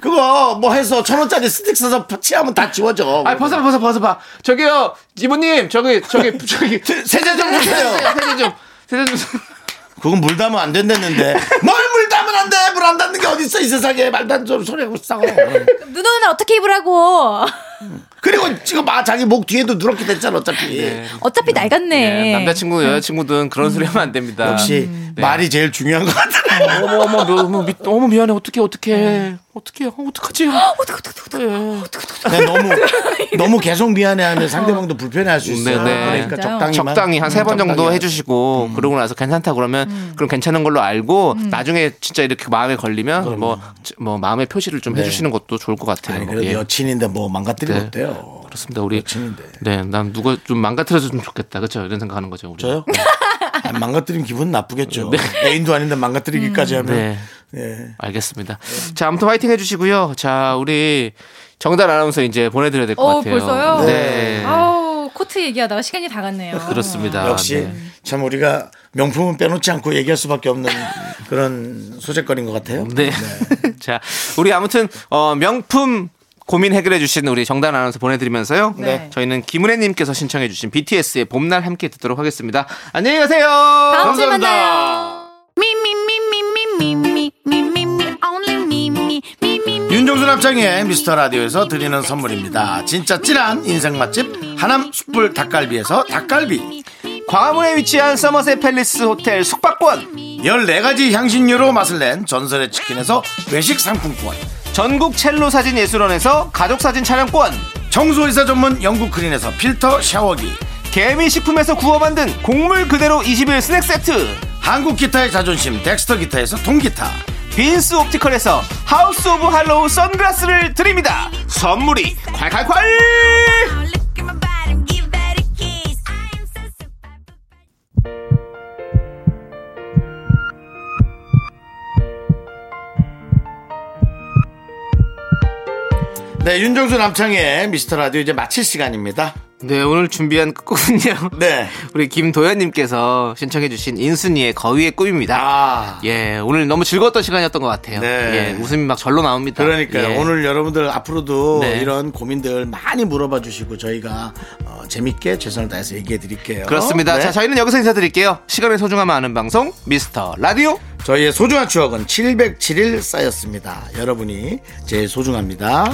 Speaker 1: 그거 뭐 해서 천 원짜리 스틱 사서 치하면 다 지워져.
Speaker 2: 아, 벗어 봐, 벗어 봐, 벗어 봐. 저기요, 이모님, 저기, 저기, 저기.
Speaker 1: 세제 좀 주세요.
Speaker 2: 세제 좀. 세제 좀.
Speaker 1: 그건 물 담으면 안 된다는데 뭘 물 담으면 안 돼? 물 안 담는 게 어딨어 이 세상에 말도 안 되는 소리 하고 싸워.
Speaker 5: 누나는 어떻게 입으라고?
Speaker 1: 그리고 지금 아 자기 목 뒤에도 누렇게 됐잖아
Speaker 2: 네,
Speaker 1: 어차피.
Speaker 5: 어차피 낡았네.
Speaker 2: 예, 남자친구, 여자친구든 그런 소리 하면 안 됩니다. 음.
Speaker 1: 역시
Speaker 2: 네.
Speaker 1: 말이 제일 중요한 것 같아요.
Speaker 2: 어머, 어머, 너, 어머, 미, 어머, 미안해. 어떡해, 어떡해. 어떡해, 어, 어떡하지?
Speaker 5: 어떡해, 어떡해, 어떡해.
Speaker 1: 그냥 네, 너무 너무 계속 미안해하면 상대방도 불편해할 수 있어요.
Speaker 2: 네, 네.
Speaker 1: 그러니까
Speaker 5: 진짜요?
Speaker 1: 음, 적당히
Speaker 2: 적당히 한 세 번 정도 해주시고 그러고 나서 괜찮다 그러면 그럼 괜찮은 걸로 알고 나중에 진짜 이렇게 마음에 걸리면 뭐 뭐 마음의 표시를 좀 해주시는 것도 좋을 것 같아요.
Speaker 1: 아니 그래도
Speaker 2: 예.
Speaker 1: 여친인데 뭐 망가뜨리면
Speaker 2: 네.
Speaker 1: 어때요?
Speaker 2: 그렇습니다. 우리
Speaker 1: 여친인데.
Speaker 2: 네, 난 누가 좀 망가뜨려줬으면 좋겠다. 그렇죠? 이런 생각하는 거죠. 우리.
Speaker 1: 저요? 네. 아, 망가뜨리면 기분 나쁘겠죠. 애인도 아닌데 망가뜨리기까지 하면
Speaker 2: 네,
Speaker 1: 예.
Speaker 2: 알겠습니다. 자, 아무튼 화이팅 해주시고요. 자, 우리 정단 아나운서 이제 보내드려야 될 것
Speaker 5: 어,
Speaker 2: 같아요.
Speaker 5: 벌써요?
Speaker 2: 네,
Speaker 5: 아우 코트 얘기하다가 시간이 다 갔네요.
Speaker 2: 그렇죠. 그렇습니다.
Speaker 1: 아, 역시
Speaker 2: 네.
Speaker 1: 참 우리가 명품은 빼놓지 않고 얘기할 수밖에 없는 그런 소재거리인 것 같아요.
Speaker 2: 네. 자, 우리 아무튼 어, 명품 고민 해결해 주신 우리 정단 아나운서 보내드리면서요.
Speaker 5: 네.
Speaker 2: 저희는 김은혜님께서 신청해 주신 BTS의 봄날 함께 듣도록 하겠습니다. 안녕히 가세요.
Speaker 5: 다음 주에 만나요.
Speaker 1: 윤종수 남창의 미스터 라디오에서 드리는 선물입니다. 진짜 찐한 인생 맛집 하남 숯불 닭갈비에서 닭갈비
Speaker 2: 광화문에 위치한 서머셋 팰리스 호텔 숙박권
Speaker 1: 14가지 향신료로 맛을 낸 전설의 치킨에서 외식 상품권
Speaker 2: 전국 첼로 사진 예술원에서 가족 사진 촬영권
Speaker 1: 청소이사 전문 영국 크린에서 필터 샤워기
Speaker 2: 개미 식품에서 구워 만든 곡물 그대로 21 스낵 세트
Speaker 1: 한국 기타의 자존심 덱스터 기타에서 통기타
Speaker 2: 빈스 옵티컬에서 하우스 오브 할로우 선글라스를 드립니다. 선물이 콸콸콸!
Speaker 1: 네 윤종수 남창의 미스터 라디오 이제 마칠 시간입니다.
Speaker 2: 네, 오늘 준비한 끝곡은요.
Speaker 1: 네.
Speaker 2: 우리 김도현님께서 신청해주신 인순이의 거위의 꿈입니다.
Speaker 1: 아
Speaker 2: 예, 오늘 너무 즐거웠던 시간이었던 것 같아요.
Speaker 1: 네.
Speaker 2: 예, 웃음이 막 절로 나옵니다.
Speaker 1: 그러니까요.
Speaker 2: 예.
Speaker 1: 오늘 여러분들 앞으로도
Speaker 2: 네.
Speaker 1: 이런 고민들 많이 물어봐 주시고 저희가 어, 재밌게 최선을 다해서 얘기해 드릴게요.
Speaker 2: 그렇습니다.
Speaker 1: 네.
Speaker 2: 자, 저희는 여기서 인사드릴게요. 시간의 소중함을 아는 방송, 미스터 라디오.
Speaker 1: 저희의 소중한 추억은 707일 쌓였습니다. 여러분이 제일 소중합니다.